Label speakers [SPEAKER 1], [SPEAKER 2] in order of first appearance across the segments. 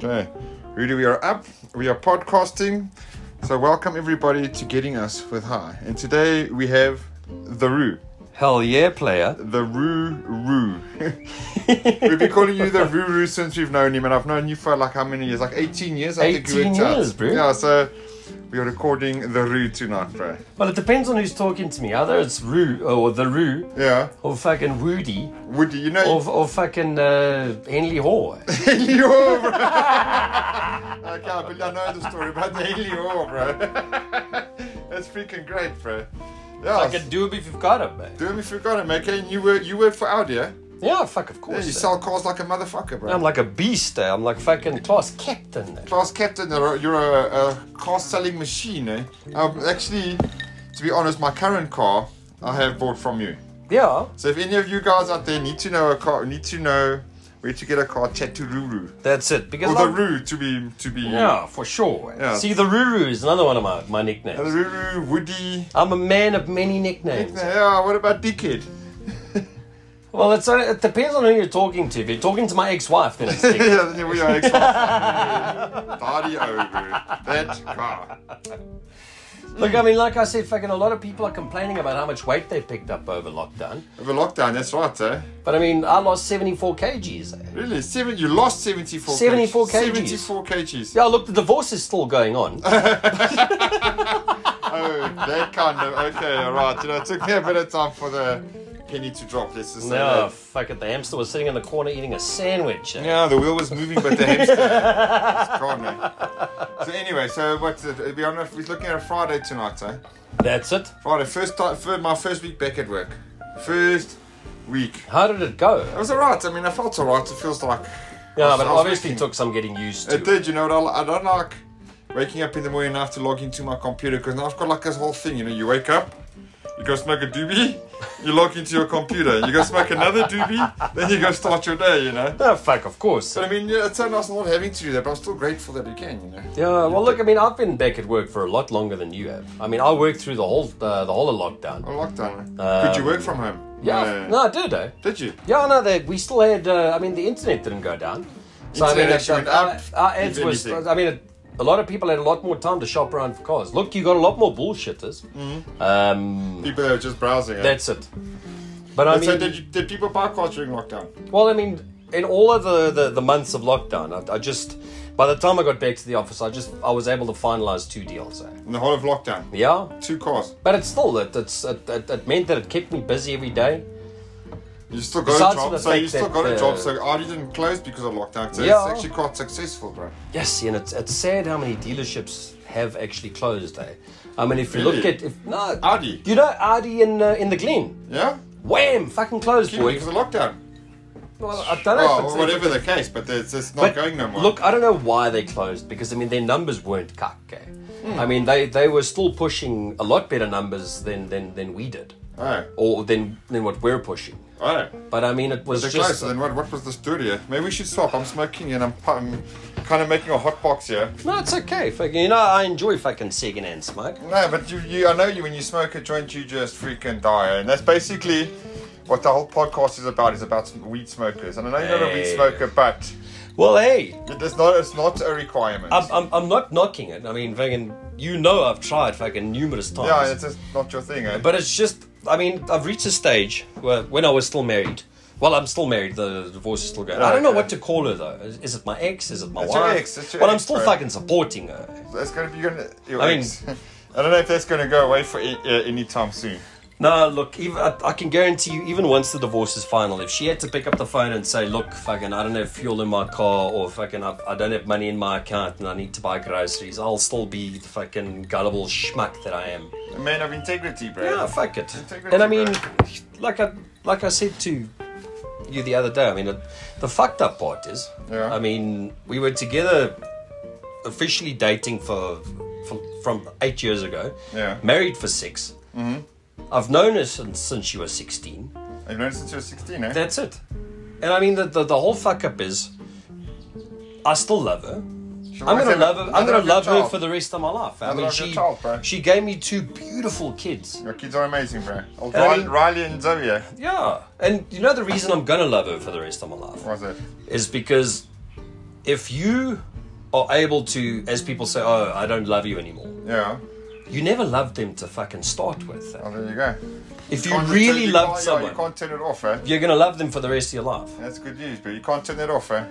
[SPEAKER 1] So, Rudy, we are up. We are podcasting. So, welcome everybody to Getting Us with High. And today we have the Roo.
[SPEAKER 2] Hell yeah, player.
[SPEAKER 1] The Roo Roo. We've been calling you the Roo Roo since we've known him, and I've known you for like how many years? Like 18 years, I think we
[SPEAKER 2] 18
[SPEAKER 1] worked out.
[SPEAKER 2] years, bro.
[SPEAKER 1] Yeah, so we are recording the Roo tonight, bro.
[SPEAKER 2] Well, it depends on who's talking to me. Either it's Roo or the Roo
[SPEAKER 1] Yeah.
[SPEAKER 2] or fucking Woody
[SPEAKER 1] Woody, you know.
[SPEAKER 2] or, or fucking uh, Henley Hall.
[SPEAKER 1] Helio, bro. okay, I, bel- I know the story about the Helio, bro. That's freaking great, bro. Yeah,
[SPEAKER 2] I can do it if you've got it, man.
[SPEAKER 1] do him if you got him, okay? And you work, you work for Audi, yeah?
[SPEAKER 2] Yeah, fuck, of
[SPEAKER 1] Yeah, you
[SPEAKER 2] course. eh.
[SPEAKER 1] sell cars like a motherfucker, bro.
[SPEAKER 2] I'm like a beast. eh. I'm like fucking class captain. eh.
[SPEAKER 1] Class captain, you're a, you're a, a car selling machine, eh? Um, actually, to be honest, my current car I have bought from you.
[SPEAKER 2] Yeah,
[SPEAKER 1] So if any of you guys out there need to know a car, need to know where to get a car, chat to Ruru.
[SPEAKER 2] that's it. Because
[SPEAKER 1] Or the
[SPEAKER 2] I'm-
[SPEAKER 1] Roo to be to be.
[SPEAKER 2] Yeah, for sure. eh.
[SPEAKER 1] Yeah.
[SPEAKER 2] See, the Roo is another one of my, my
[SPEAKER 1] The
[SPEAKER 2] nicknames.
[SPEAKER 1] Ruru Woody.
[SPEAKER 2] I'm a man of many nicknames.
[SPEAKER 1] Yeah, what about dickhead?
[SPEAKER 2] Well, it's uh, it depends on who you're talking to. If you're talking to my ex-wife, then it's dick.
[SPEAKER 1] yeah, then we are ex Body over. That car.
[SPEAKER 2] Look, I mean, like I said, fucking a lot of people are complaining about how much weight they picked up over lockdown.
[SPEAKER 1] Over lockdown, that's right, eh?
[SPEAKER 2] But I mean, I lost 74 kgs. eh?
[SPEAKER 1] Really? Seven, you lost 74
[SPEAKER 2] 74 kgs.
[SPEAKER 1] 74 kgs.
[SPEAKER 2] Yeah, look, the divorce is still going on.
[SPEAKER 1] Oh, that kind of. Okay, alright. You know, it took me a bit of time for the penny to drop. Let's just say
[SPEAKER 2] no,
[SPEAKER 1] that.
[SPEAKER 2] Oh, fuck it. The hamster was sitting in the corner eating a sandwich. eh?
[SPEAKER 1] Yeah, the wheel was moving, but the hamster. it's gone, eh? So, anyway, so uh, what's it? We're, on a, we're looking at a Friday tonight, eh?
[SPEAKER 2] That's it.
[SPEAKER 1] Friday, first time, fir- my first week back at work. First week.
[SPEAKER 2] How did it go?
[SPEAKER 1] It was alright. I mean, I felt alright. It feels like. I
[SPEAKER 2] Yeah,
[SPEAKER 1] was-
[SPEAKER 2] but
[SPEAKER 1] I was
[SPEAKER 2] obviously
[SPEAKER 1] working.
[SPEAKER 2] took some getting used
[SPEAKER 1] It
[SPEAKER 2] to.
[SPEAKER 1] did, you know what? I, I don't like waking up in the morning and I have to log into my computer because now I've got like this whole thing, you know, you wake up, you go smoke a doobie, you log into your computer, you go smoke another doobie, then you go start your day, you know?
[SPEAKER 2] Oh, fuck, of course.
[SPEAKER 1] But I mean, yeah, it's so nice not having to do that, but I'm still grateful that you can, you know?
[SPEAKER 2] Yeah, well, look, I mean, I've been back at work for a lot longer than you have. I mean, I worked through the whole uh, the whole of
[SPEAKER 1] On
[SPEAKER 2] lockdown.
[SPEAKER 1] lockdown.
[SPEAKER 2] Um,
[SPEAKER 1] Could you work from home?
[SPEAKER 2] Uh, Yeah, no, I did, eh?
[SPEAKER 1] Did you?
[SPEAKER 2] Yeah, no, they, we still had. Uh, I mean, the internet didn't go down. So
[SPEAKER 1] Internet
[SPEAKER 2] I mean,
[SPEAKER 1] actually
[SPEAKER 2] uh,
[SPEAKER 1] went
[SPEAKER 2] uh,
[SPEAKER 1] up,
[SPEAKER 2] our
[SPEAKER 1] if
[SPEAKER 2] ads was.
[SPEAKER 1] anything.
[SPEAKER 2] I mean, it, a lot of people had a lot more time to shop around for cars. Look, you got a lot more bullshitters.
[SPEAKER 1] Mm-hmm.
[SPEAKER 2] Um,
[SPEAKER 1] People that are just browsing. eh?
[SPEAKER 2] that's it. But I
[SPEAKER 1] so
[SPEAKER 2] mean,
[SPEAKER 1] did, you, did people buy cars during lockdown?
[SPEAKER 2] well, I mean, in all of the, the, the months of lockdown, I, I just by the time I got back to the office, I just I was able to finalize two deals. eh?
[SPEAKER 1] In the whole of lockdown?
[SPEAKER 2] Yeah,
[SPEAKER 1] Two cars.
[SPEAKER 2] but it's still it, it's it, it, it meant that it kept me busy every day.
[SPEAKER 1] You still got
[SPEAKER 2] Besides
[SPEAKER 1] a job,
[SPEAKER 2] the
[SPEAKER 1] so you
[SPEAKER 2] fact
[SPEAKER 1] still
[SPEAKER 2] that,
[SPEAKER 1] got a
[SPEAKER 2] uh,
[SPEAKER 1] job, so Audi didn't close because of lockdown, so
[SPEAKER 2] Yeah.
[SPEAKER 1] it's actually quite successful, bro.
[SPEAKER 2] Yes, and it's it's sad how many dealerships have actually closed. Eh? I mean, if you
[SPEAKER 1] Really?
[SPEAKER 2] look at if no
[SPEAKER 1] Audi?
[SPEAKER 2] you know Audi in uh, in the Glen,
[SPEAKER 1] Yeah?
[SPEAKER 2] wham, fucking closed,
[SPEAKER 1] Keep it
[SPEAKER 2] boy.
[SPEAKER 1] because of lockdown.
[SPEAKER 2] Well, I don't know.
[SPEAKER 1] Oh,
[SPEAKER 2] if it's,
[SPEAKER 1] well, whatever the case, but it's, it's not
[SPEAKER 2] but
[SPEAKER 1] going no more.
[SPEAKER 2] Look, I don't know why they closed because I mean their numbers weren't cuck. Eh?
[SPEAKER 1] Hmm.
[SPEAKER 2] I mean they they were still pushing a lot better numbers than than than we did,
[SPEAKER 1] Oh,
[SPEAKER 2] or than than what we're pushing.
[SPEAKER 1] oh.
[SPEAKER 2] But I mean it was
[SPEAKER 1] They're
[SPEAKER 2] just
[SPEAKER 1] close, so then what, what was the studio? Maybe we should swap. I'm smoking and I'm, pu- I'm kind of making a hot box here.
[SPEAKER 2] no, it's okay. Fucking, you know I enjoy fucking secondhand smoke.
[SPEAKER 1] No, but you, you, I know you. When you smoke a joint, you just freaking die, and that's basically what the whole podcast is about. Is about weed smokers, and I know you're not a weed
[SPEAKER 2] Hey.
[SPEAKER 1] smoker, but
[SPEAKER 2] Well, hey,
[SPEAKER 1] it is not. It's not a requirement.
[SPEAKER 2] I'm, I'm, I'm not knocking it. I mean, fucking, you know, I've tried fucking numerous times.
[SPEAKER 1] yeah, it's just not your thing, eh?
[SPEAKER 2] but it's just, I mean, I've reached a stage where when I was still married. Well, I'm still married. The divorce is still going. I don't know
[SPEAKER 1] Okay.
[SPEAKER 2] what to call her though. Is, is it my ex? Is it my
[SPEAKER 1] It's your
[SPEAKER 2] wife?
[SPEAKER 1] ex, it's your
[SPEAKER 2] well, I'm
[SPEAKER 1] ex,
[SPEAKER 2] still
[SPEAKER 1] bro.
[SPEAKER 2] fucking supporting her.
[SPEAKER 1] That's gonna be gonna. Your
[SPEAKER 2] I mean-
[SPEAKER 1] ex. I don't know if that's gonna go away for uh, any time soon.
[SPEAKER 2] No, look, even, I, I can guarantee you, even once the divorce is final, if she had to pick up the phone and say, "Look, fucking, I don't have fuel in my car, or fucking, I, I don't have money in my account, and I need to buy groceries," I'll still be the fucking gullible schmuck that I am.
[SPEAKER 1] A man of integrity, bro.
[SPEAKER 2] Yeah, fuck it.
[SPEAKER 1] Integrity,
[SPEAKER 2] And I mean,
[SPEAKER 1] bro.
[SPEAKER 2] like I like I said to you the other day, I mean, it, the fucked up part is,
[SPEAKER 1] Yeah.
[SPEAKER 2] I mean, we were together, officially dating for, for from eight years ago.
[SPEAKER 1] Yeah.
[SPEAKER 2] Married for 6 Mm-hmm. I've known her since since she was sixteen.
[SPEAKER 1] I've known since you were 16, eh?
[SPEAKER 2] That's it. And I mean, the the, the whole fuck up is, I still love her.
[SPEAKER 1] She
[SPEAKER 2] I'm
[SPEAKER 1] always had
[SPEAKER 2] gonna
[SPEAKER 1] a-
[SPEAKER 2] love her. I'm
[SPEAKER 1] mother
[SPEAKER 2] gonna
[SPEAKER 1] of your
[SPEAKER 2] love her
[SPEAKER 1] child.
[SPEAKER 2] for the rest of my life. I
[SPEAKER 1] Mother
[SPEAKER 2] mean,
[SPEAKER 1] of your
[SPEAKER 2] she
[SPEAKER 1] child, bro.
[SPEAKER 2] she gave me two beautiful kids.
[SPEAKER 1] Your kids are amazing, bro. Old
[SPEAKER 2] And I
[SPEAKER 1] Riley,
[SPEAKER 2] mean-
[SPEAKER 1] Riley and Zoe, eh?
[SPEAKER 2] Yeah, and you know the reason I'm gonna love her for the rest of my life
[SPEAKER 1] was it?
[SPEAKER 2] is because if you are able to, as people say, oh, I don't love you anymore.
[SPEAKER 1] Yeah.
[SPEAKER 2] You never loved them to fucking start with. eh?
[SPEAKER 1] Well, there you go.
[SPEAKER 2] If you
[SPEAKER 1] Can't
[SPEAKER 2] really
[SPEAKER 1] you can't-
[SPEAKER 2] loved
[SPEAKER 1] yeah,
[SPEAKER 2] someone,
[SPEAKER 1] You can't turn it off, eh?
[SPEAKER 2] you're gonna love them for the rest of your life.
[SPEAKER 1] That's good news, but you can't turn it off, eh?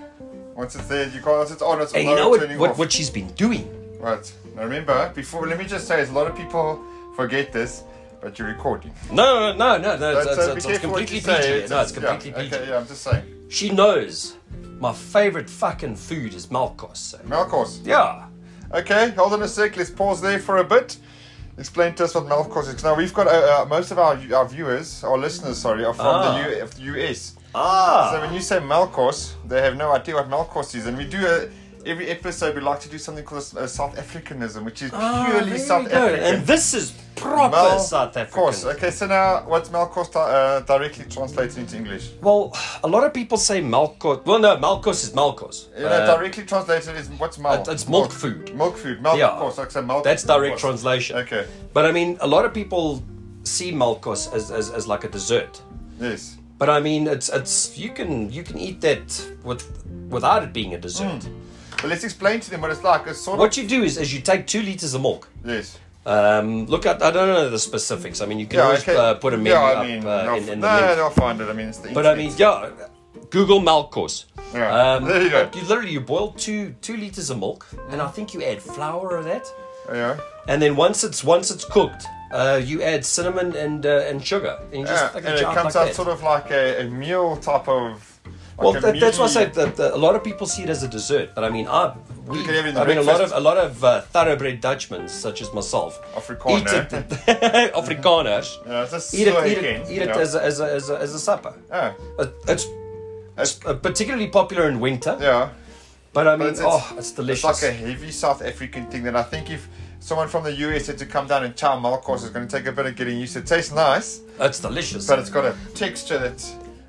[SPEAKER 1] Once it's there, you can't. Once it's on, it's
[SPEAKER 2] And
[SPEAKER 1] no
[SPEAKER 2] you know what,
[SPEAKER 1] turning
[SPEAKER 2] what,
[SPEAKER 1] off.
[SPEAKER 2] what she's been doing?
[SPEAKER 1] Right. Now remember, before let me just say, a lot of people forget this, but you're recording.
[SPEAKER 2] No, no, no, no, no. It's,
[SPEAKER 1] So
[SPEAKER 2] it's,
[SPEAKER 1] uh, be
[SPEAKER 2] it's, it's
[SPEAKER 1] careful what
[SPEAKER 2] completely
[SPEAKER 1] you
[SPEAKER 2] PG.
[SPEAKER 1] say.
[SPEAKER 2] no, it's completely
[SPEAKER 1] yeah,
[SPEAKER 2] PG.
[SPEAKER 1] Okay, yeah, I'm just saying.
[SPEAKER 2] She knows my favorite fucking food is Malkos. so-
[SPEAKER 1] Malchus.
[SPEAKER 2] Yeah.
[SPEAKER 1] Okay, hold on a sec. Let's pause there for a bit. Explain to us what Malchus is. Now we've got uh, uh, most of our our viewers, our listeners, sorry, are from
[SPEAKER 2] Ah.
[SPEAKER 1] the, U- of the US.
[SPEAKER 2] Ah.
[SPEAKER 1] So when you say Malchus, they have no idea what Malchus is, and we do a. Every episode, we like to do something called uh, South Africanism, which is
[SPEAKER 2] Ah,
[SPEAKER 1] purely
[SPEAKER 2] there you
[SPEAKER 1] South
[SPEAKER 2] go.
[SPEAKER 1] African. eh?
[SPEAKER 2] And this is proper
[SPEAKER 1] Mal-
[SPEAKER 2] South African.
[SPEAKER 1] course. Okay, so now what's Malkos uh, directly translated into English?
[SPEAKER 2] Well, a lot of people say Malkos. Well, no, Malkos is Malkos.
[SPEAKER 1] You know,
[SPEAKER 2] Uh,
[SPEAKER 1] directly translated is what's mal?
[SPEAKER 2] it- it's milk food.
[SPEAKER 1] Milk food. Milk,
[SPEAKER 2] Yeah.
[SPEAKER 1] of course. Like I said, milk.
[SPEAKER 2] That's direct
[SPEAKER 1] of course.
[SPEAKER 2] translation.
[SPEAKER 1] Okay.
[SPEAKER 2] But I mean, a lot of people see Malkos as, as, as like a dessert.
[SPEAKER 1] Yes.
[SPEAKER 2] But I mean, it's it's you can you can eat that with without it being a dessert.
[SPEAKER 1] But let's explain to them what it's like. It's sort
[SPEAKER 2] What you do is, is you take two liters of milk.
[SPEAKER 1] of yes.
[SPEAKER 2] Um, look, I, I don't know the specifics. I mean, you can always uh, put a menu
[SPEAKER 1] yeah,
[SPEAKER 2] up
[SPEAKER 1] I mean,
[SPEAKER 2] uh,
[SPEAKER 1] they'll-
[SPEAKER 2] in, in the
[SPEAKER 1] no,
[SPEAKER 2] menu.
[SPEAKER 1] they'll find it. I mean, it's the
[SPEAKER 2] But I mean, yeah, Google Malkos.
[SPEAKER 1] Yeah,
[SPEAKER 2] Um,
[SPEAKER 1] there you go.
[SPEAKER 2] but You literally you boil two two liters of milk, and I think you add flour of that,
[SPEAKER 1] yeah.
[SPEAKER 2] and then once it's once it's cooked, uh, you add cinnamon and uh, and sugar, and you just
[SPEAKER 1] yeah.
[SPEAKER 2] fucking
[SPEAKER 1] And it
[SPEAKER 2] jar it
[SPEAKER 1] comes
[SPEAKER 2] like
[SPEAKER 1] out
[SPEAKER 2] that.
[SPEAKER 1] sort of like a, a meal type of. Like
[SPEAKER 2] well,
[SPEAKER 1] a
[SPEAKER 2] that, that's why I
[SPEAKER 1] meaty-
[SPEAKER 2] say that, that a lot of people see it as a dessert, but I mean, I we,
[SPEAKER 1] can have it in
[SPEAKER 2] I mean, a lot of
[SPEAKER 1] breakfast.
[SPEAKER 2] a lot of uh, thoroughbred Dutchmans such as myself
[SPEAKER 1] Afrikaner.
[SPEAKER 2] eat it, Afrikaners,
[SPEAKER 1] Yeah, it's a
[SPEAKER 2] eat it,
[SPEAKER 1] soy
[SPEAKER 2] eat
[SPEAKER 1] again,
[SPEAKER 2] it, eat it
[SPEAKER 1] yeah.
[SPEAKER 2] as, a, as, a, as, a, as a supper.
[SPEAKER 1] Yeah.
[SPEAKER 2] It- It's
[SPEAKER 1] It's-
[SPEAKER 2] uh, particularly popular in winter,
[SPEAKER 1] Yeah.
[SPEAKER 2] but I mean,
[SPEAKER 1] But it's,
[SPEAKER 2] oh, it's delicious.
[SPEAKER 1] It's like a heavy South African thing that I think if someone from the US had to come down and chow Malkos, it's going to take a bit of getting used to. It tastes nice,
[SPEAKER 2] It's delicious.
[SPEAKER 1] but it's got a texture that.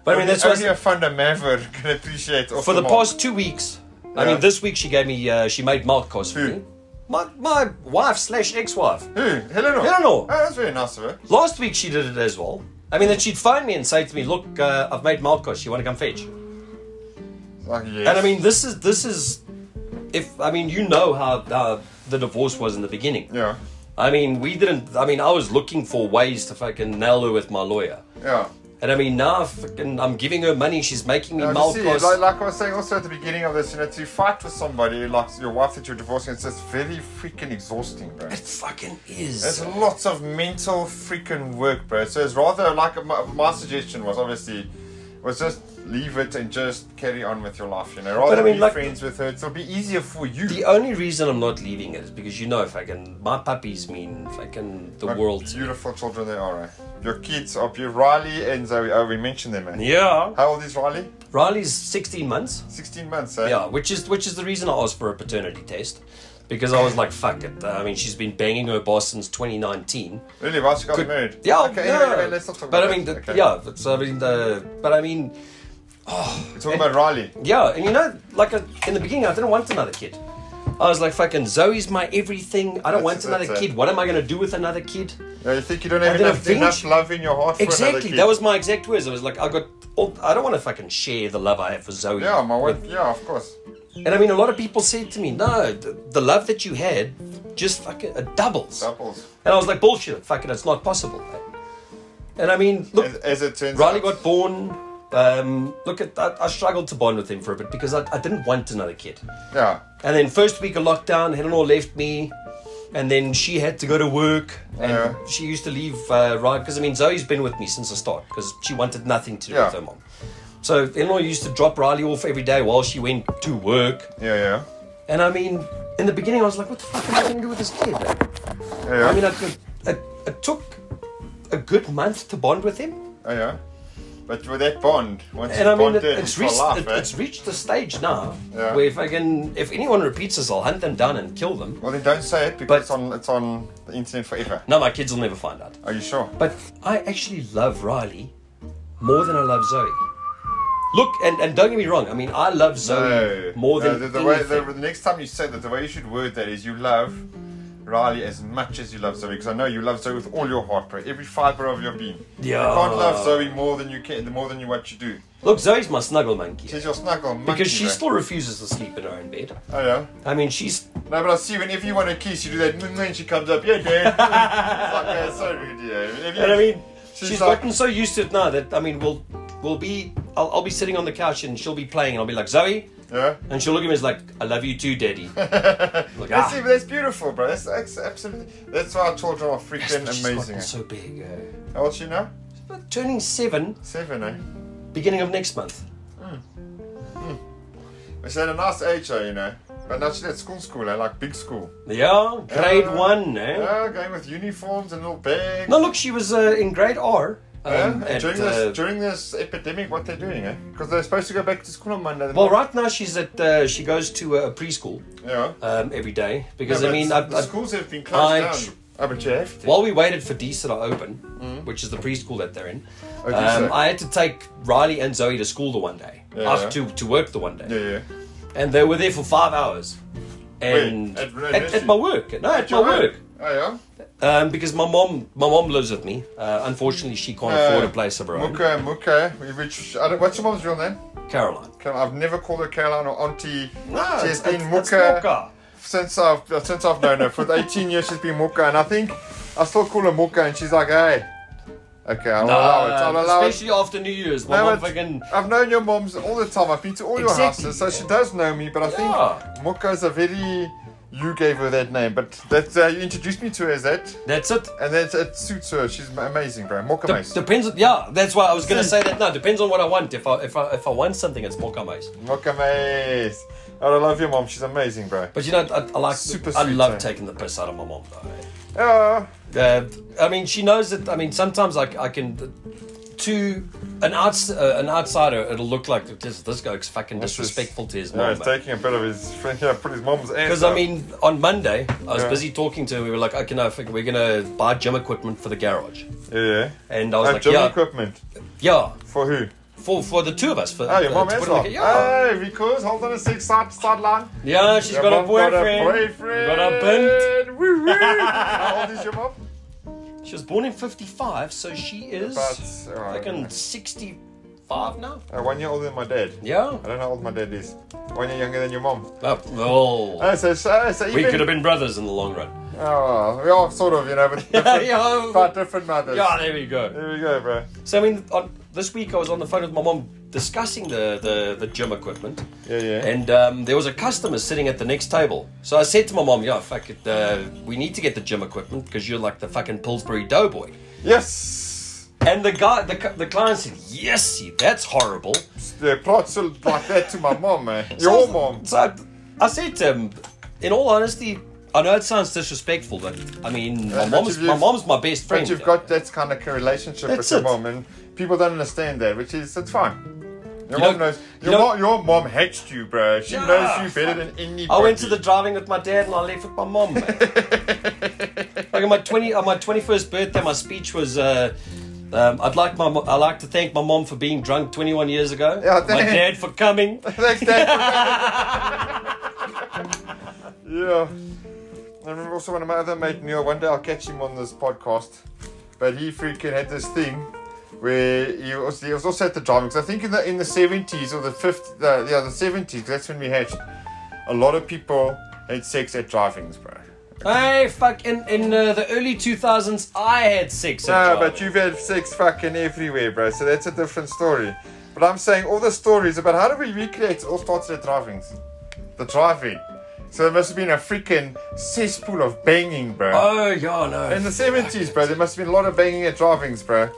[SPEAKER 2] But I mean, that's why-
[SPEAKER 1] only a funder maver can appreciate. off
[SPEAKER 2] For the
[SPEAKER 1] mark.
[SPEAKER 2] past two weeks, I
[SPEAKER 1] Yeah.
[SPEAKER 2] mean, this week she gave me, uh, she made Malkos for
[SPEAKER 1] Who?
[SPEAKER 2] me. My, my wife slash ex-wife.
[SPEAKER 1] Who? Eleanor.
[SPEAKER 2] Eleanor.
[SPEAKER 1] Oh, that's very nice of her.
[SPEAKER 2] Last week she did it as well. I mean, that she'd phone me and say to me, "Look, uh, I've made Malkos. You want to come fetch?"
[SPEAKER 1] Like, yes.
[SPEAKER 2] And I mean, this is this is, if I mean, you know how uh, the divorce was in the beginning.
[SPEAKER 1] Yeah.
[SPEAKER 2] I mean, we didn't. I mean, I was looking for ways to fucking nail her with my lawyer.
[SPEAKER 1] Yeah.
[SPEAKER 2] And I mean, now fucking, I'm giving her money. She's making me
[SPEAKER 1] Now, you see,
[SPEAKER 2] Malkos.
[SPEAKER 1] like, like I was saying also at the beginning of this, you know, to fight with somebody like your wife that you're divorcing, it's just very freaking exhausting, bro.
[SPEAKER 2] it fucking is.
[SPEAKER 1] There's lots of mental freaking work, bro. So it's rather like my, my suggestion was obviously was just leave it and just carry on with your life. You know, rather
[SPEAKER 2] I mean,
[SPEAKER 1] be
[SPEAKER 2] like-
[SPEAKER 1] friends with her. It'll be easier for you.
[SPEAKER 2] The only reason I'm not leaving it is because you know, fucking, my puppies mean fucking the
[SPEAKER 1] What
[SPEAKER 2] world. to me.
[SPEAKER 1] Beautiful children they are. Eh? Your kids are beautiful. Riley and Zoe. Oh, we mentioned them. Eh?
[SPEAKER 2] Yeah.
[SPEAKER 1] How old is Riley?
[SPEAKER 2] Riley's 16 months.
[SPEAKER 1] 16 months. Eh?
[SPEAKER 2] Yeah, which is which is the reason I asked for a paternity test, because I was like, fuck it. I mean, she's been banging her boss since 2019.
[SPEAKER 1] Really? Why she got married?
[SPEAKER 2] Yeah.
[SPEAKER 1] Okay.
[SPEAKER 2] yeah.
[SPEAKER 1] Anyway, anyway, let's not talk
[SPEAKER 2] but
[SPEAKER 1] about
[SPEAKER 2] I mean,
[SPEAKER 1] that.
[SPEAKER 2] the,
[SPEAKER 1] Okay.
[SPEAKER 2] yeah. But, so I mean, the, but I mean,
[SPEAKER 1] We're talking about Riley.
[SPEAKER 2] yeah. And you know, like uh, in the beginning, I didn't want another kid. I was like, fucking, Zoe's my everything. I don't
[SPEAKER 1] That's-
[SPEAKER 2] want another
[SPEAKER 1] that's it.
[SPEAKER 2] kid. What am I gonna do with another kid?
[SPEAKER 1] Yeah, you think you don't have
[SPEAKER 2] And then
[SPEAKER 1] enough, enough
[SPEAKER 2] eventually-
[SPEAKER 1] love in your heart for another
[SPEAKER 2] Exactly.
[SPEAKER 1] kid?
[SPEAKER 2] That was my exact words. I was like, I got. All, I don't want to fucking share the love I have for Zoe.
[SPEAKER 1] Yeah, my wife.
[SPEAKER 2] with-
[SPEAKER 1] Yeah, of course.
[SPEAKER 2] And I mean, a lot of people said to me, "No, the, the love that you had just fucking it doubles."
[SPEAKER 1] Couples.
[SPEAKER 2] And I was like, "Bullshit! Fucking, it's not possible." And I mean, look,
[SPEAKER 1] As, as it turns
[SPEAKER 2] Riley
[SPEAKER 1] out.
[SPEAKER 2] got born. Um, look at that. I struggled to bond with him for a bit because I, I didn't want another kid.
[SPEAKER 1] Yeah.
[SPEAKER 2] And then first week of lockdown, Eleanor left me, and then she had to go to work, and
[SPEAKER 1] Yeah.
[SPEAKER 2] she used to leave uh, right because I mean Zoe's been with me since the start because she wanted nothing to do
[SPEAKER 1] Yeah.
[SPEAKER 2] with her mom. So Eleanor used to drop Riley off every day while she went to work,
[SPEAKER 1] Yeah, yeah.
[SPEAKER 2] and I mean in the beginning I was like, what the fuck am I going to do with this kid? man?"
[SPEAKER 1] Yeah, yeah.
[SPEAKER 2] I mean, uh, I, could- I, it took a good month to bond with him,
[SPEAKER 1] oh, yeah. But with that bond, once
[SPEAKER 2] and I mean
[SPEAKER 1] bonded,
[SPEAKER 2] it, it's
[SPEAKER 1] for
[SPEAKER 2] reached
[SPEAKER 1] life,
[SPEAKER 2] it,
[SPEAKER 1] eh?
[SPEAKER 2] it's reached the stage now
[SPEAKER 1] Yeah.
[SPEAKER 2] where if I can, if anyone repeats this, I'll hunt them down and kill them.
[SPEAKER 1] Well, then don't say it because
[SPEAKER 2] But-
[SPEAKER 1] it's on it's on the internet forever.
[SPEAKER 2] No, my kids will never find out.
[SPEAKER 1] Are you sure?
[SPEAKER 2] But I actually love Riley more than I love Zoe. Look, and, and don't get me wrong. I mean, I love Zoe more
[SPEAKER 1] No,
[SPEAKER 2] than
[SPEAKER 1] the, the way the,
[SPEAKER 2] anything.
[SPEAKER 1] the next time you say that, the way you should word that is you love Riley as much as you love Zoe because I know you love Zoe with all your heart, bro. Every fiber of your being.
[SPEAKER 2] Yeah.
[SPEAKER 1] You can't love Zoe more than you can, more than you what you do.
[SPEAKER 2] Look, Zoe's my snuggle monkey.
[SPEAKER 1] She's your snuggle monkey.
[SPEAKER 2] because she
[SPEAKER 1] bro.
[SPEAKER 2] still refuses to sleep in her own bed.
[SPEAKER 1] Oh yeah.
[SPEAKER 2] I mean, she's
[SPEAKER 1] No, but I see whenever you want to kiss, you do that, and then she comes up, yeah, dad. it's like, that's so rude, yeah. If you-
[SPEAKER 2] And I mean, she's,
[SPEAKER 1] She's like-
[SPEAKER 2] gotten so used to it now that I mean, we'll we'll be I'll, I'll be sitting on the couch and she'll be playing and I'll be like Zoe,
[SPEAKER 1] yeah.
[SPEAKER 2] and she'll look at me as like I love you too, Daddy. like,
[SPEAKER 1] That's,
[SPEAKER 2] ah.
[SPEAKER 1] that's beautiful, bro. That's, that's absolutely. That's why our children are freaking
[SPEAKER 2] She's
[SPEAKER 1] amazing.
[SPEAKER 2] gotten so
[SPEAKER 1] eh?
[SPEAKER 2] big. Uh,
[SPEAKER 1] How old's she now?
[SPEAKER 2] but eh? turning seven,
[SPEAKER 1] Seven, eh?
[SPEAKER 2] beginning of next month.
[SPEAKER 1] She's at a nice age, though, you know. But now she's at school, school, eh? like big school.
[SPEAKER 2] Yeah, grade
[SPEAKER 1] Uh,
[SPEAKER 2] one. Eh?
[SPEAKER 1] Yeah, going with uniforms and little bags.
[SPEAKER 2] No, look, she was uh, in grade R. Um,
[SPEAKER 1] Oh, Yeah, and
[SPEAKER 2] at,
[SPEAKER 1] during,
[SPEAKER 2] uh,
[SPEAKER 1] this, during this epidemic, what they're doing, eh? Because they're supposed to go back to school on Monday.
[SPEAKER 2] well, right now she's at uh, she goes to a preschool
[SPEAKER 1] Yeah.
[SPEAKER 2] um, every day because
[SPEAKER 1] Yeah,
[SPEAKER 2] I
[SPEAKER 1] but
[SPEAKER 2] mean I,
[SPEAKER 1] the
[SPEAKER 2] I,
[SPEAKER 1] schools have been closed
[SPEAKER 2] I-
[SPEAKER 1] down. Oh, but you have to.
[SPEAKER 2] While we waited for Deesa to open, which is the preschool that they're in,
[SPEAKER 1] Mm-hmm. Oh, Deesa.
[SPEAKER 2] um, I had to take Riley and Zoe to school the one day,
[SPEAKER 1] Yeah.
[SPEAKER 2] after to, to work the one day,
[SPEAKER 1] yeah, yeah.
[SPEAKER 2] and they were there for five hours, and
[SPEAKER 1] at Renee
[SPEAKER 2] at,
[SPEAKER 1] Nursery?
[SPEAKER 2] at my work, no, at, my
[SPEAKER 1] Your own.
[SPEAKER 2] work,
[SPEAKER 1] Oh, yeah.
[SPEAKER 2] um, because my mom, my mom lives with me. Uh, unfortunately, she can't afford a place of her own.
[SPEAKER 1] Muka, Muka, which, I don't, what's your mom's real name?
[SPEAKER 2] Caroline,
[SPEAKER 1] Car- I've never called her Caroline or Auntie. she
[SPEAKER 2] no, it's,
[SPEAKER 1] has
[SPEAKER 2] it's,
[SPEAKER 1] been
[SPEAKER 2] it's
[SPEAKER 1] Muka
[SPEAKER 2] Mocha.
[SPEAKER 1] since I've since I've known her. For 18 years, she's been Muka, and I think I still call her Muka, and she's like, hey, okay, I'll allow it. I'll
[SPEAKER 2] Nah,
[SPEAKER 1] allow it.
[SPEAKER 2] Uh, especially after New Year's, my
[SPEAKER 1] No,
[SPEAKER 2] mom
[SPEAKER 1] but
[SPEAKER 2] fucking.
[SPEAKER 1] I've known your moms all the time. I've been to all your
[SPEAKER 2] Exactly.
[SPEAKER 1] houses, so she does know me. But I
[SPEAKER 2] Yeah.
[SPEAKER 1] think Muka's a very you gave her that name, but that's uh, you introduced me to her as that,
[SPEAKER 2] That's it.
[SPEAKER 1] and that it suits her. She's amazing, bro. Muka
[SPEAKER 2] Dep-
[SPEAKER 1] Mace.
[SPEAKER 2] depends. On, yeah, that's why I was gonna say that. No, depends on what I want. If I if I, if I want something, it's more mace.
[SPEAKER 1] Muka Mace. Oh, I love your mom. She's amazing, bro.
[SPEAKER 2] But you know, I, I like.
[SPEAKER 1] Super
[SPEAKER 2] I
[SPEAKER 1] sweet,
[SPEAKER 2] love
[SPEAKER 1] eh?
[SPEAKER 2] taking the piss out of my mom though.
[SPEAKER 1] Yeah.
[SPEAKER 2] eh? Uh, I mean, she knows that. I mean, sometimes I, I can. To an outs, uh, an outsider, it'll look like this, this guy's fucking
[SPEAKER 1] That's just-
[SPEAKER 2] disrespectful to his
[SPEAKER 1] Yeah,
[SPEAKER 2] mom.
[SPEAKER 1] he's taking a bit of his friend here, put his mom's ass.
[SPEAKER 2] Because I
[SPEAKER 1] up.
[SPEAKER 2] mean, on Monday, I was
[SPEAKER 1] Yeah.
[SPEAKER 2] busy talking to her. We were like, okay, no, fuck, we're gonna buy gym equipment for the garage,
[SPEAKER 1] yeah, yeah.
[SPEAKER 2] and I was
[SPEAKER 1] Oh,
[SPEAKER 2] like,
[SPEAKER 1] gym
[SPEAKER 2] yeah,
[SPEAKER 1] equipment
[SPEAKER 2] yeah,
[SPEAKER 1] for who?
[SPEAKER 2] for for the two of us. For
[SPEAKER 1] Oh, your
[SPEAKER 2] uh,
[SPEAKER 1] mom
[SPEAKER 2] to
[SPEAKER 1] as
[SPEAKER 2] put in
[SPEAKER 1] well.
[SPEAKER 2] the- yeah.
[SPEAKER 1] Hey, because hold on a sec, side sideline.
[SPEAKER 2] Yeah, she's
[SPEAKER 1] Your
[SPEAKER 2] got a,
[SPEAKER 1] mom
[SPEAKER 2] boyfriend,
[SPEAKER 1] Got a boyfriend.
[SPEAKER 2] Got a bint.
[SPEAKER 1] Woo woo. How old is your mom?
[SPEAKER 2] She was born in 55, so she is
[SPEAKER 1] But all right.
[SPEAKER 2] fucking 65 now.
[SPEAKER 1] Uh, one year older than my dad.
[SPEAKER 2] Yeah.
[SPEAKER 1] I don't know how old my dad is. One year younger than your mom.
[SPEAKER 2] Oh, well,
[SPEAKER 1] Oh, so, so, so
[SPEAKER 2] we
[SPEAKER 1] even-
[SPEAKER 2] could have been brothers in the long run.
[SPEAKER 1] Oh, we are sort of, you know, but different,
[SPEAKER 2] yeah.
[SPEAKER 1] but different mothers.
[SPEAKER 2] Yeah, there we go.
[SPEAKER 1] There we go, bro.
[SPEAKER 2] So, I mean, on, this week I was on the phone with my mom discussing the, the, the gym equipment.
[SPEAKER 1] Yeah, yeah.
[SPEAKER 2] And um, there was a customer sitting at the next table. So I said to my mom, yeah, fuck it, uh, we need to get the gym equipment because you're like the fucking Pillsbury Doughboy.
[SPEAKER 1] yes.
[SPEAKER 2] And the guy, the, cu- the client said, yes, see, that's horrible.
[SPEAKER 1] The plot's like that to my mom, man.
[SPEAKER 2] So I
[SPEAKER 1] Your
[SPEAKER 2] was-
[SPEAKER 1] mom.
[SPEAKER 2] So I, I said to him, in all honesty, I know it sounds disrespectful, but I mean,
[SPEAKER 1] but
[SPEAKER 2] my mom's
[SPEAKER 1] you've-
[SPEAKER 2] my mom's my best friend.
[SPEAKER 1] But you've got that kind of relationship with
[SPEAKER 2] That's
[SPEAKER 1] your
[SPEAKER 2] it.
[SPEAKER 1] mom, and people don't understand that, which is it's fine. Your
[SPEAKER 2] You
[SPEAKER 1] mom
[SPEAKER 2] know-
[SPEAKER 1] knows.
[SPEAKER 2] you
[SPEAKER 1] Your,
[SPEAKER 2] know-
[SPEAKER 1] mom, your mom hatched you, bro. She
[SPEAKER 2] Yeah,
[SPEAKER 1] knows you better than anybody.
[SPEAKER 2] I went to the driving with my dad and I left with my mom. man. like on my twenty on my twenty first birthday, my speech was. Uh, um, I'd like my mo- I like to thank my mom for being drunk 21 years ago.
[SPEAKER 1] Yeah,
[SPEAKER 2] my
[SPEAKER 1] thank-
[SPEAKER 2] dad for coming.
[SPEAKER 1] Thanks, Dad. yeah. I remember also one of my other mate, Neil. One day I'll catch him on this podcast. But he freaking had this thing where he was, he was also at the driving. Because I think in the in the 70s or the 50s, uh, yeah, the 70s, that's when we hatched. A lot of people had sex at drivings, bro.
[SPEAKER 2] Hey, fuck! In in uh, the early 2000s, I had sex. at
[SPEAKER 1] No,
[SPEAKER 2] driving.
[SPEAKER 1] but you've had sex fucking everywhere, bro. So that's a different story. But I'm saying all the stories about how do we recreate all started at drivings. The driving. So there must have been a freaking cesspool of banging, bro.
[SPEAKER 2] Oh yeah, no.
[SPEAKER 1] In the 70s, bro, there must have been a lot of banging at drivings, bro.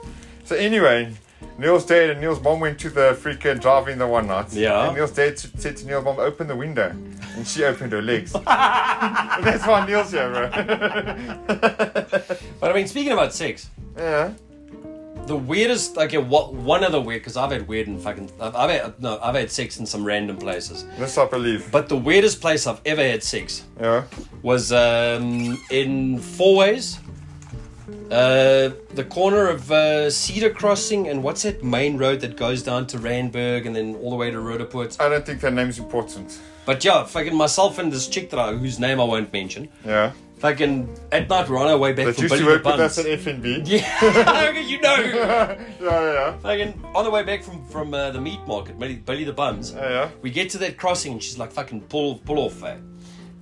[SPEAKER 1] So anyway, Neil's dad and Neil's mom went to the freaking driving the one night.
[SPEAKER 2] Yeah.
[SPEAKER 1] And Neil's dad s- said to Neil's mom, open the window. And she opened her legs. And that's why Neil's here, bro.
[SPEAKER 2] But I mean, speaking about sex,
[SPEAKER 1] yeah.
[SPEAKER 2] The weirdest, okay, what one of the weird, because I've had weird and fucking, I've, I've had no, I've had sex in some random places.
[SPEAKER 1] This I believe.
[SPEAKER 2] But the weirdest place I've ever had sex
[SPEAKER 1] Yeah.
[SPEAKER 2] was um, in Four Ways, uh, the corner of uh, Cedar Crossing and what's that main road that goes down to Randburg and then all the way to Rhodoport.
[SPEAKER 1] I don't think that name's important.
[SPEAKER 2] But yeah, fucking myself and this chick that I, whose name I won't mention,
[SPEAKER 1] Yeah.
[SPEAKER 2] Fucking at night we're on our way back
[SPEAKER 1] That
[SPEAKER 2] from
[SPEAKER 1] used
[SPEAKER 2] Billy
[SPEAKER 1] to
[SPEAKER 2] the
[SPEAKER 1] work with us
[SPEAKER 2] Buns.
[SPEAKER 1] at FNB.
[SPEAKER 2] yeah, you know.
[SPEAKER 1] yeah, yeah.
[SPEAKER 2] Fucking on the way back from from uh, the meat market, Billy, Billy the Buns.
[SPEAKER 1] Yeah, yeah.
[SPEAKER 2] We get to that crossing and she's like, fucking pull, pull off, eh?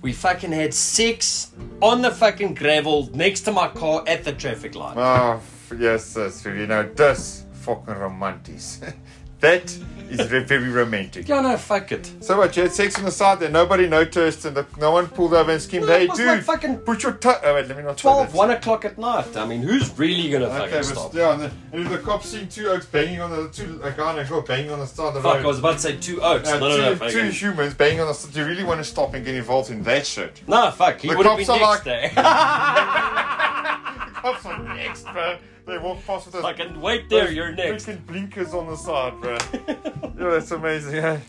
[SPEAKER 2] We fucking had six on the fucking gravel next to my car at the traffic light.
[SPEAKER 1] Oh, f- yes, yes. You know, this fucking romantics. that is re- very romantic.
[SPEAKER 2] Yeah, no, fuck it.
[SPEAKER 1] So what? You had sex on the side there. Nobody noticed, and the, no one pulled over and screamed,
[SPEAKER 2] No, it
[SPEAKER 1] "Hey,
[SPEAKER 2] was
[SPEAKER 1] dude!
[SPEAKER 2] like fucking
[SPEAKER 1] put your toe." Oh wait, let me not. say
[SPEAKER 2] 12,
[SPEAKER 1] that.
[SPEAKER 2] 1 o'clock at night. I mean, who's really gonna fucking
[SPEAKER 1] Okay,
[SPEAKER 2] stop?
[SPEAKER 1] but yeah, and, the, and if the cops see two oaks banging on the two, a guy and a girl banging on the side of the
[SPEAKER 2] Fuck, I
[SPEAKER 1] road.
[SPEAKER 2] was about to say two oaks.
[SPEAKER 1] uh,
[SPEAKER 2] no, no, no,
[SPEAKER 1] two, two
[SPEAKER 2] fucking.
[SPEAKER 1] humans banging on the side. You really want to stop and get involved in that shit?
[SPEAKER 2] No, fuck, he
[SPEAKER 1] The
[SPEAKER 2] would have been
[SPEAKER 1] cops are
[SPEAKER 2] next eh? there.
[SPEAKER 1] Cops are next, bro. They walk past with those
[SPEAKER 2] fucking wait there, you're next.
[SPEAKER 1] Freaking blinkers on the side, bro. yeah, that's amazing. eh?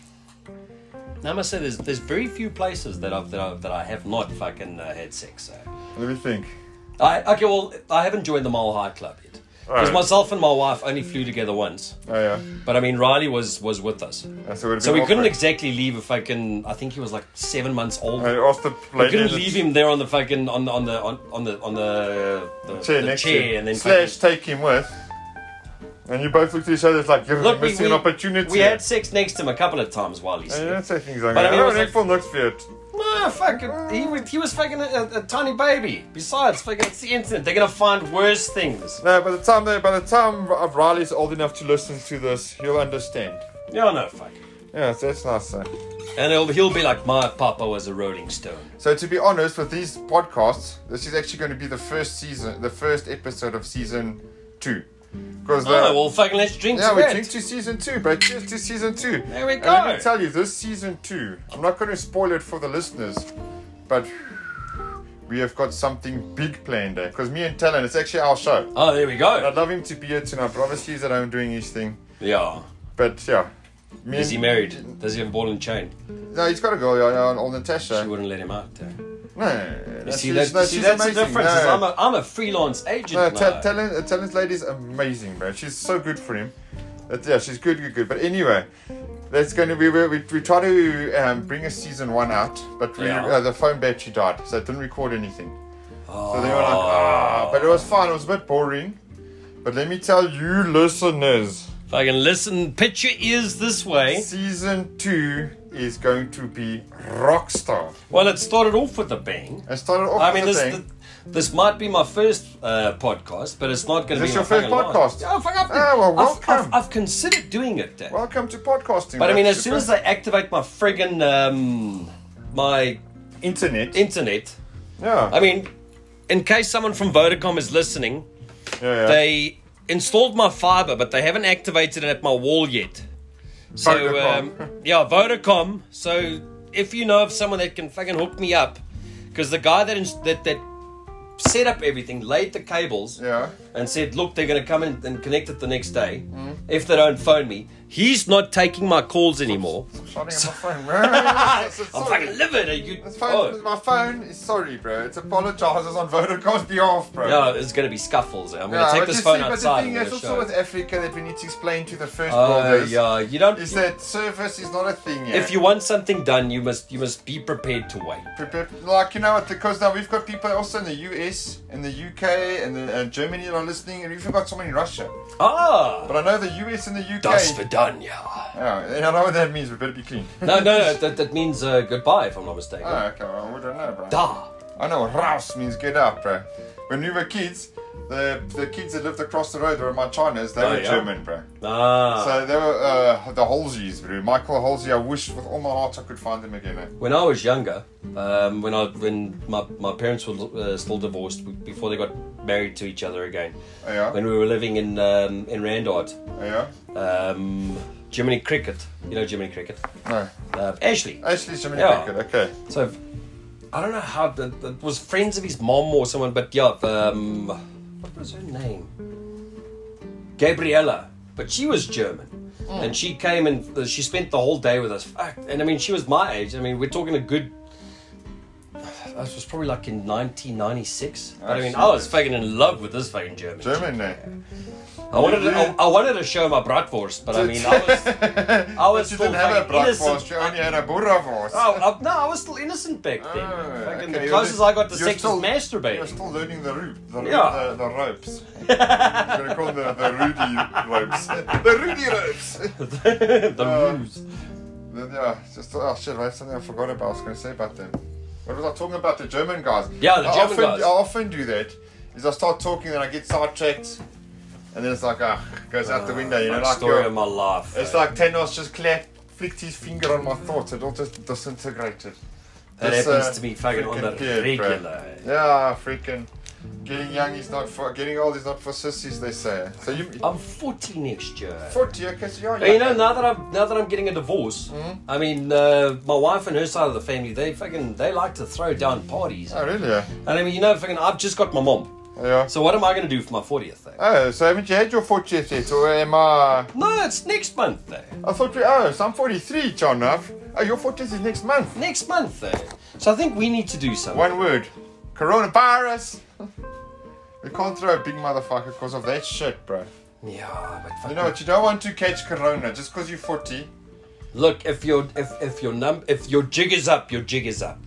[SPEAKER 2] Now, I must say, there's, there's very few places that I've, that, I've, that I have not fucking uh, had sex. So.
[SPEAKER 1] Let me think.
[SPEAKER 2] I, okay, well, I haven't joined the Mile High Club yet. Because
[SPEAKER 1] Alright.
[SPEAKER 2] myself and my wife only flew together once.
[SPEAKER 1] Oh yeah.
[SPEAKER 2] But I mean, Riley was was with us.
[SPEAKER 1] Uh, so, it would've
[SPEAKER 2] So
[SPEAKER 1] been
[SPEAKER 2] we couldn't
[SPEAKER 1] awkward.
[SPEAKER 2] exactly leave a fucking. I think he was like seven months old.
[SPEAKER 1] I Uh, asked the
[SPEAKER 2] we
[SPEAKER 1] lady
[SPEAKER 2] couldn't
[SPEAKER 1] that-
[SPEAKER 2] leave him there on the fucking on the on the on, on the on the, the
[SPEAKER 1] chair
[SPEAKER 2] the
[SPEAKER 1] next
[SPEAKER 2] chair
[SPEAKER 1] to you.
[SPEAKER 2] and then
[SPEAKER 1] slash take him with. And you both looked at each other it's like you're
[SPEAKER 2] fucking- look, we,
[SPEAKER 1] missing
[SPEAKER 2] we,
[SPEAKER 1] an opportunity. Oh,
[SPEAKER 2] We had sex next to him a couple of times while he
[SPEAKER 1] I
[SPEAKER 2] slept.
[SPEAKER 1] don't say things like
[SPEAKER 2] But
[SPEAKER 1] that.
[SPEAKER 2] I
[SPEAKER 1] I
[SPEAKER 2] mean, it was
[SPEAKER 1] don't
[SPEAKER 2] like-
[SPEAKER 1] think Paul looks for it.
[SPEAKER 2] No, fucking, he was he was fucking a, a, a tiny baby. Besides, fucking, it's the internet. They're gonna find worse things.
[SPEAKER 1] No, by the time they, by the time R- Riley's old enough to listen to this, he'll understand.
[SPEAKER 2] Yeah, no, fuck.
[SPEAKER 1] Yeah, so that's nice. eh? Though.
[SPEAKER 2] And he'll, he'll be like, my papa was a Rolling Stone.
[SPEAKER 1] So to be honest, with these podcasts, this is actually going to be the first season, the first episode of season two, because
[SPEAKER 2] Oh, well, fucking, let's drink
[SPEAKER 1] Yeah,
[SPEAKER 2] to
[SPEAKER 1] we
[SPEAKER 2] that.
[SPEAKER 1] drink to season two, bro. Cheers to season two.
[SPEAKER 2] There we
[SPEAKER 1] And let
[SPEAKER 2] go.
[SPEAKER 1] me tell you, this season two, I'm not going to spoil it for the listeners, but we have got something big planned there. Because me and Talon, it's actually our show.
[SPEAKER 2] Oh, there we go.
[SPEAKER 1] I'd love him to be here tonight, but obviously he's at home doing his thing.
[SPEAKER 2] Yeah.
[SPEAKER 1] But yeah. Me
[SPEAKER 2] Is he
[SPEAKER 1] and-
[SPEAKER 2] married? Does he have a ball and chain?
[SPEAKER 1] No, he's got a girl, yeah, yeah, old Natasha.
[SPEAKER 2] She wouldn't let him out. eh?
[SPEAKER 1] No, no, no,
[SPEAKER 2] You see,
[SPEAKER 1] she's-
[SPEAKER 2] that,
[SPEAKER 1] no,
[SPEAKER 2] you see
[SPEAKER 1] she's
[SPEAKER 2] that's the
[SPEAKER 1] amazing.
[SPEAKER 2] difference. is
[SPEAKER 1] No.
[SPEAKER 2] I'm, a, I'm a freelance agent.
[SPEAKER 1] No,
[SPEAKER 2] now.
[SPEAKER 1] Ta- talent, uh, talent lady's amazing, bro. She's so good for him. That, yeah, she's good, good, good. But anyway, that's going to be where we, we try to um, bring a season one out, but we,
[SPEAKER 2] Yeah.
[SPEAKER 1] uh, the phone battery died, so it didn't record anything. So they were like, ah,
[SPEAKER 2] Oh.
[SPEAKER 1] but it was fine. It was a bit boring. But let me tell you, listeners,
[SPEAKER 2] If I can listen, pitch your ears this way.
[SPEAKER 1] season two is going to be rockstar.
[SPEAKER 2] Well, it started off with a bang.
[SPEAKER 1] I started off
[SPEAKER 2] I mean,
[SPEAKER 1] with
[SPEAKER 2] this
[SPEAKER 1] a thing.
[SPEAKER 2] this might be my first uh, podcast, but it's not going to
[SPEAKER 1] Is this
[SPEAKER 2] be my
[SPEAKER 1] your first
[SPEAKER 2] fucking last.
[SPEAKER 1] podcast?
[SPEAKER 2] Yeah, fuck, I've,
[SPEAKER 1] Ah, well,
[SPEAKER 2] I've, I've,
[SPEAKER 1] welcome.
[SPEAKER 2] I've considered doing it, Dad.
[SPEAKER 1] Welcome to podcasting.
[SPEAKER 2] but I
[SPEAKER 1] bro.
[SPEAKER 2] mean, as soon
[SPEAKER 1] Super-
[SPEAKER 2] as I activate my friggin' um, my
[SPEAKER 1] internet,
[SPEAKER 2] internet,
[SPEAKER 1] yeah,
[SPEAKER 2] I mean, in case someone from Vodacom is listening,
[SPEAKER 1] yeah, yeah.
[SPEAKER 2] They installed my fiber, but they haven't activated it at my wall yet. So,
[SPEAKER 1] Vodacom.
[SPEAKER 2] um, yeah, Vodacom. So, if you know of someone that can fucking hook me up, because the guy that, ins- that that set up everything laid the cables
[SPEAKER 1] Yeah.
[SPEAKER 2] and said, look, they're going to come in and connect it the next day
[SPEAKER 1] Mm-hmm.
[SPEAKER 2] if they don't phone me. He's not taking my calls anymore.
[SPEAKER 1] Shutting up my phone, bro. So
[SPEAKER 2] I'm
[SPEAKER 1] sorry.
[SPEAKER 2] fucking livid. Are you?
[SPEAKER 1] It's fine.
[SPEAKER 2] Oh.
[SPEAKER 1] My phone is sorry, bro. It apologizes on Vodafone's behalf, bro.
[SPEAKER 2] No, there's going to be scuffles. I'm going to
[SPEAKER 1] Yeah,
[SPEAKER 2] take
[SPEAKER 1] but
[SPEAKER 2] this
[SPEAKER 1] you
[SPEAKER 2] phone
[SPEAKER 1] see, But
[SPEAKER 2] outside.
[SPEAKER 1] the
[SPEAKER 2] and
[SPEAKER 1] thing
[SPEAKER 2] I'm
[SPEAKER 1] is
[SPEAKER 2] gonna
[SPEAKER 1] also
[SPEAKER 2] show
[SPEAKER 1] with
[SPEAKER 2] it.
[SPEAKER 1] Africa that we need to explain to the first
[SPEAKER 2] Oh,
[SPEAKER 1] worlders
[SPEAKER 2] yeah, you don't.
[SPEAKER 1] is that service is not a thing yet.
[SPEAKER 2] If you want something done, you must you must be prepared to wait.
[SPEAKER 1] Prepare- like you know what, because now we've got people also in the US and the UK and the, uh, Germany that are listening, and we've even got someone in Russia.
[SPEAKER 2] Ah,
[SPEAKER 1] But I know the US and the UK.
[SPEAKER 2] das Vidania.
[SPEAKER 1] Oh, and I know what that means. We better be clean.
[SPEAKER 2] No, no, no that, that means uh, goodbye, if I'm not mistaken.
[SPEAKER 1] oh, okay. Well, we don't know, bro.
[SPEAKER 2] Da.
[SPEAKER 1] I know Raus means get up, bro. When we were kids, the the kids that lived across the road were my Chinas, they
[SPEAKER 2] Oh,
[SPEAKER 1] were
[SPEAKER 2] yeah?
[SPEAKER 1] German, bro.
[SPEAKER 2] Ah.
[SPEAKER 1] So they were uh, the Holzies, bro. Michael Holsey, I wish with all my heart I could find them again. Eh?
[SPEAKER 2] when I was younger, um, when I when my, my parents were uh, still divorced w- before they got married to each other again,
[SPEAKER 1] Oh, yeah?
[SPEAKER 2] when we were living in um, in Randart,
[SPEAKER 1] Oh, yeah?
[SPEAKER 2] um, Jiminy Cricket, you know Jiminy Cricket,
[SPEAKER 1] No.
[SPEAKER 2] uh, Ashley.
[SPEAKER 1] Ashley's Jiminy
[SPEAKER 2] Yeah.
[SPEAKER 1] Cricket, okay.
[SPEAKER 2] So I don't know how that, that was friends of his mom or someone, but yeah, um, what was her name? Gabriella, but she was German,
[SPEAKER 1] Mm.
[SPEAKER 2] and she came and uh, she spent the whole day with us. Fuck, And I mean, she was my age. I mean, we're talking a good. this was probably like in 1996. But I mean,
[SPEAKER 1] seen
[SPEAKER 2] I was
[SPEAKER 1] this.
[SPEAKER 2] fucking in love with this fucking German.
[SPEAKER 1] German eh? there.
[SPEAKER 2] I wanted, to,
[SPEAKER 1] Yeah.
[SPEAKER 2] I, I wanted to show my bratwurst, but I mean, I was, I was
[SPEAKER 1] But you
[SPEAKER 2] still
[SPEAKER 1] didn't have a
[SPEAKER 2] fucking innocent.
[SPEAKER 1] bratwurst, you only had a boerewurst.
[SPEAKER 2] Oh, I, no, I was still innocent back then. Fucking
[SPEAKER 1] Oh, okay,
[SPEAKER 2] the
[SPEAKER 1] you're
[SPEAKER 2] closest
[SPEAKER 1] just-
[SPEAKER 2] I got to
[SPEAKER 1] you're
[SPEAKER 2] sex
[SPEAKER 1] still-
[SPEAKER 2] was masturbating.
[SPEAKER 1] You're still learning the roop, the,
[SPEAKER 2] Yeah.
[SPEAKER 1] the, the ropes. I'm gonna call them the, the Rudy ropes. The Rudy ropes!
[SPEAKER 2] the
[SPEAKER 1] Uh,
[SPEAKER 2] ruse.
[SPEAKER 1] Then, yeah, just, oh shit, I something I forgot about, I was gonna say about them. What was I talking about? The German guys.
[SPEAKER 2] Yeah, the
[SPEAKER 1] I
[SPEAKER 2] German
[SPEAKER 1] often,
[SPEAKER 2] guys.
[SPEAKER 1] I often do that, is I start talking and I get sidetracked, and then it's like, ah, goes out the window, you know,
[SPEAKER 2] Like
[SPEAKER 1] like
[SPEAKER 2] story
[SPEAKER 1] you're-
[SPEAKER 2] of my life.
[SPEAKER 1] It's like Thanos just clapped, flicked his finger on my thoughts, it all just disintegrated.
[SPEAKER 2] That
[SPEAKER 1] This,
[SPEAKER 2] happens
[SPEAKER 1] uh,
[SPEAKER 2] to me fucking on the
[SPEAKER 1] freaking kid, bro.
[SPEAKER 2] regular.
[SPEAKER 1] Yeah, freaking. Getting young is not for getting old is not for sissies, they say. So you
[SPEAKER 2] I'm 40 next year.
[SPEAKER 1] forty, okay, so you're
[SPEAKER 2] But Oh. you know,
[SPEAKER 1] young.
[SPEAKER 2] now that I'm now that I'm getting a divorce,
[SPEAKER 1] Hmm?
[SPEAKER 2] I mean, uh, my wife and her side of the family, they fucking they like to throw down parties.
[SPEAKER 1] Oh really? Yeah.
[SPEAKER 2] And I mean, you know, fucking, I've just got my mom.
[SPEAKER 1] yeah.
[SPEAKER 2] So what am I going to do for my 40th thing?
[SPEAKER 1] Oh, so haven't you had your fortieth yet, or am I?
[SPEAKER 2] No, it's next month though.
[SPEAKER 1] I thought we. Oh, so I'm forty-three, John. Ruff. Oh, your fortieth is next month.
[SPEAKER 2] Next month though. So I think we need to do something.
[SPEAKER 1] One word. Coronavirus. We can't throw a big motherfucker because of that shit, bro.
[SPEAKER 2] Yeah, but fuck
[SPEAKER 1] You know what? You don't want to catch corona just because you're 40.
[SPEAKER 2] Look, if your if if your num if your jig is up, your jig is up.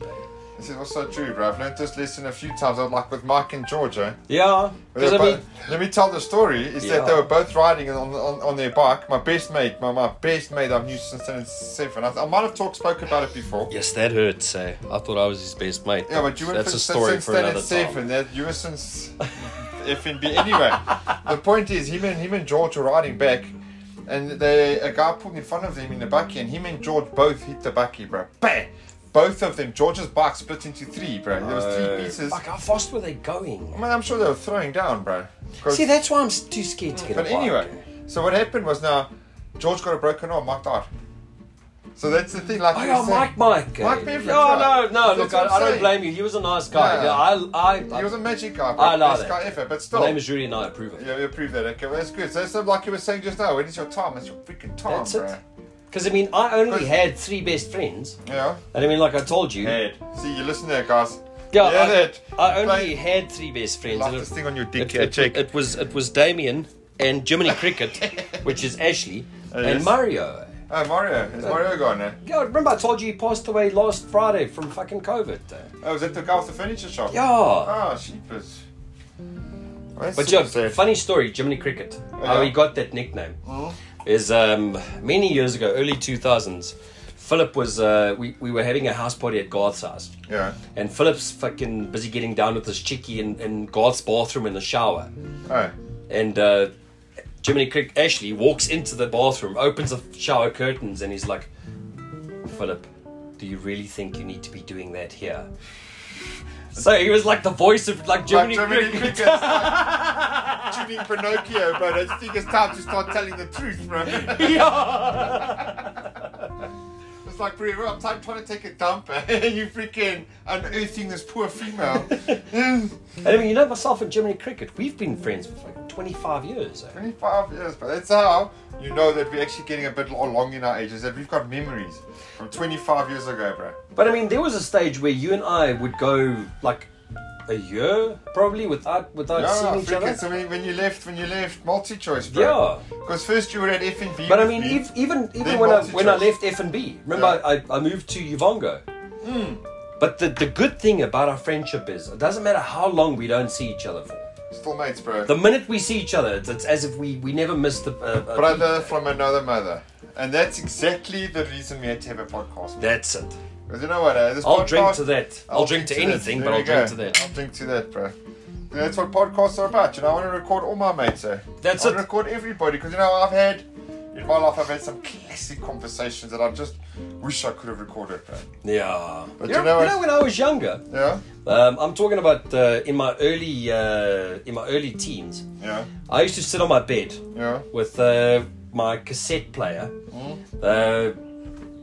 [SPEAKER 1] This is also true, bro. I've learned this lesson a few times. I'm like with Mike and George, eh?
[SPEAKER 2] Yeah,
[SPEAKER 1] They
[SPEAKER 2] because
[SPEAKER 1] were
[SPEAKER 2] I mean,
[SPEAKER 1] both- let me tell the story. Is
[SPEAKER 2] Yeah.
[SPEAKER 1] that they were both riding on, on, on their bike. My best mate, my, my best mate I've knew since then seven. I, I might have talked spoke about it before.
[SPEAKER 2] yes, that hurts. Eh? I thought I was his best mate.
[SPEAKER 1] Yeah, but you were
[SPEAKER 2] that's a
[SPEAKER 1] since,
[SPEAKER 2] story
[SPEAKER 1] since
[SPEAKER 2] for
[SPEAKER 1] then
[SPEAKER 2] another
[SPEAKER 1] at
[SPEAKER 2] time.
[SPEAKER 1] seven. That you were since FNB. Anyway, the point is, him and him and George were riding back, and they a guy pulled in front of them in the bucky, and him and George both hit the bucky, bro. Bang! Both of them. George's bike split into three, bro. There was
[SPEAKER 2] Oh.
[SPEAKER 1] three pieces.
[SPEAKER 2] Fuck, how fast were they going?
[SPEAKER 1] I mean, I'm sure they were throwing down, bro. 'Cause-
[SPEAKER 2] See, that's why I'm s- too scared to get a
[SPEAKER 1] But
[SPEAKER 2] bike. Oh,
[SPEAKER 1] anyway, so what happened was now George got a broken arm, Mike died. So that's the thing, like
[SPEAKER 2] Oh,
[SPEAKER 1] you
[SPEAKER 2] yeah,
[SPEAKER 1] said,
[SPEAKER 2] Mike, Mike. eh?
[SPEAKER 1] Mike Manfred,
[SPEAKER 2] Oh,
[SPEAKER 1] right.
[SPEAKER 2] no, no,
[SPEAKER 1] That's
[SPEAKER 2] look,
[SPEAKER 1] what I'm
[SPEAKER 2] I, I don't
[SPEAKER 1] saying.
[SPEAKER 2] blame you. He was a nice guy.
[SPEAKER 1] Yeah.
[SPEAKER 2] Yeah, I, I,
[SPEAKER 1] He was a magic guy,
[SPEAKER 2] I
[SPEAKER 1] bro.
[SPEAKER 2] know
[SPEAKER 1] best
[SPEAKER 2] that.
[SPEAKER 1] guy ever. But
[SPEAKER 2] my
[SPEAKER 1] still,
[SPEAKER 2] name is Judy and I approve of it.
[SPEAKER 1] yeah, we approve that. Okay, well, that's good. So it's not like you were saying just now. When is your time? It's your freaking time,
[SPEAKER 2] That's
[SPEAKER 1] bro.
[SPEAKER 2] it. Because, I mean, I only
[SPEAKER 1] Good.
[SPEAKER 2] had three best friends.
[SPEAKER 1] Yeah.
[SPEAKER 2] And I mean, like I told you.
[SPEAKER 1] See, you listen there, guys.
[SPEAKER 2] Yeah,
[SPEAKER 1] yeah,
[SPEAKER 2] I,
[SPEAKER 1] that.
[SPEAKER 2] I only
[SPEAKER 1] Play-
[SPEAKER 2] had three best friends.
[SPEAKER 1] Like
[SPEAKER 2] and
[SPEAKER 1] this
[SPEAKER 2] it-
[SPEAKER 1] thing on your dick.
[SPEAKER 2] It,
[SPEAKER 1] Yeah,
[SPEAKER 2] it-
[SPEAKER 1] check.
[SPEAKER 2] it was it was Damien and Jiminy Cricket, which is Ashley, and
[SPEAKER 1] yes.
[SPEAKER 2] Mario.
[SPEAKER 1] Oh, Mario. Is Mario gone eh? now?
[SPEAKER 2] Yeah, remember I told you he passed away last Friday from fucking COVID. eh?
[SPEAKER 1] Oh, is that the guy with the furniture shop?
[SPEAKER 2] Yeah.
[SPEAKER 1] Oh, sheepers. Oh, that's
[SPEAKER 2] But
[SPEAKER 1] super
[SPEAKER 2] yeah,
[SPEAKER 1] sad.
[SPEAKER 2] funny story, Jiminy Cricket. How
[SPEAKER 1] Yeah. Mm-hmm.
[SPEAKER 2] he got that nickname is um, many years ago, early two thousands. Philip was uh, we, we were having a house party at Garth's house.
[SPEAKER 1] Yeah.
[SPEAKER 2] And Philip's fucking busy getting down with his chickie in, in Garth's bathroom in the shower.
[SPEAKER 1] Oh.
[SPEAKER 2] and uh, Jiminy Crick Ashley walks into the bathroom, opens the shower curtains, and he's like, "Philip, do you really think you need to be doing that here?" So he was like the voice of like
[SPEAKER 1] Like
[SPEAKER 2] Jiminy,
[SPEAKER 1] Jiminy
[SPEAKER 2] Crick.
[SPEAKER 1] Cricket's like tuning Pinocchio, bro. I think it's time to start telling the truth, bro. It's like, bro, I'm t- trying to take a dump, and you freaking unearthing this poor female.
[SPEAKER 2] and I mean, you know, myself and Jiminy Cricket, we've been friends for like 25 years. eh?
[SPEAKER 1] 25 years, but that's how you know that we're actually getting a bit lo- along in our ages, that we've got memories from 25 years ago, bro.
[SPEAKER 2] But I mean, there was a stage where you and I would go like a year probably without without
[SPEAKER 1] Yeah,
[SPEAKER 2] seeing each other.
[SPEAKER 1] freaking, so when, when you left, when you left, multi-choice,
[SPEAKER 2] Yeah.
[SPEAKER 1] bro. Because first you were at F&B
[SPEAKER 2] But I
[SPEAKER 1] with
[SPEAKER 2] mean,
[SPEAKER 1] me.
[SPEAKER 2] ev even even
[SPEAKER 1] Then
[SPEAKER 2] when I
[SPEAKER 1] multi-choice.
[SPEAKER 2] when I left F and B, remember
[SPEAKER 1] Yeah. Hmm.
[SPEAKER 2] I, I moved to Uvongo. But the, the good thing about our friendship is it doesn't matter how long we don't see each other for.
[SPEAKER 1] Still mates, bro.
[SPEAKER 2] The minute we see each other, it's, it's as if we we never missed the. Uh, uh,
[SPEAKER 1] brother from another mother. And that's exactly the reason we had to have a podcast.
[SPEAKER 2] That's it.
[SPEAKER 1] Because you know what? Eh? This
[SPEAKER 2] I'll
[SPEAKER 1] podcast-
[SPEAKER 2] drink to that. I'll, drink, to
[SPEAKER 1] that.
[SPEAKER 2] anything,
[SPEAKER 1] There
[SPEAKER 2] but I'll
[SPEAKER 1] you
[SPEAKER 2] drink
[SPEAKER 1] go.
[SPEAKER 2] to that.
[SPEAKER 1] I'll drink to that, bro. That's what podcasts are about. You know, I want to record all my mates. Eh?
[SPEAKER 2] That's
[SPEAKER 1] I
[SPEAKER 2] it.
[SPEAKER 1] I record everybody because you know I've had in my life I've had some classic conversations that I just wish I could have recorded. Bro.
[SPEAKER 2] Yeah.
[SPEAKER 1] But
[SPEAKER 2] you,
[SPEAKER 1] you
[SPEAKER 2] know,
[SPEAKER 1] know
[SPEAKER 2] you
[SPEAKER 1] what-
[SPEAKER 2] know when I was younger,
[SPEAKER 1] Yeah,
[SPEAKER 2] um, I'm talking about uh, in my early uh, in my early teens.
[SPEAKER 1] yeah,
[SPEAKER 2] I used to sit on my bed
[SPEAKER 1] yeah.
[SPEAKER 2] with uh, my cassette player.
[SPEAKER 1] Mm.
[SPEAKER 2] Uh,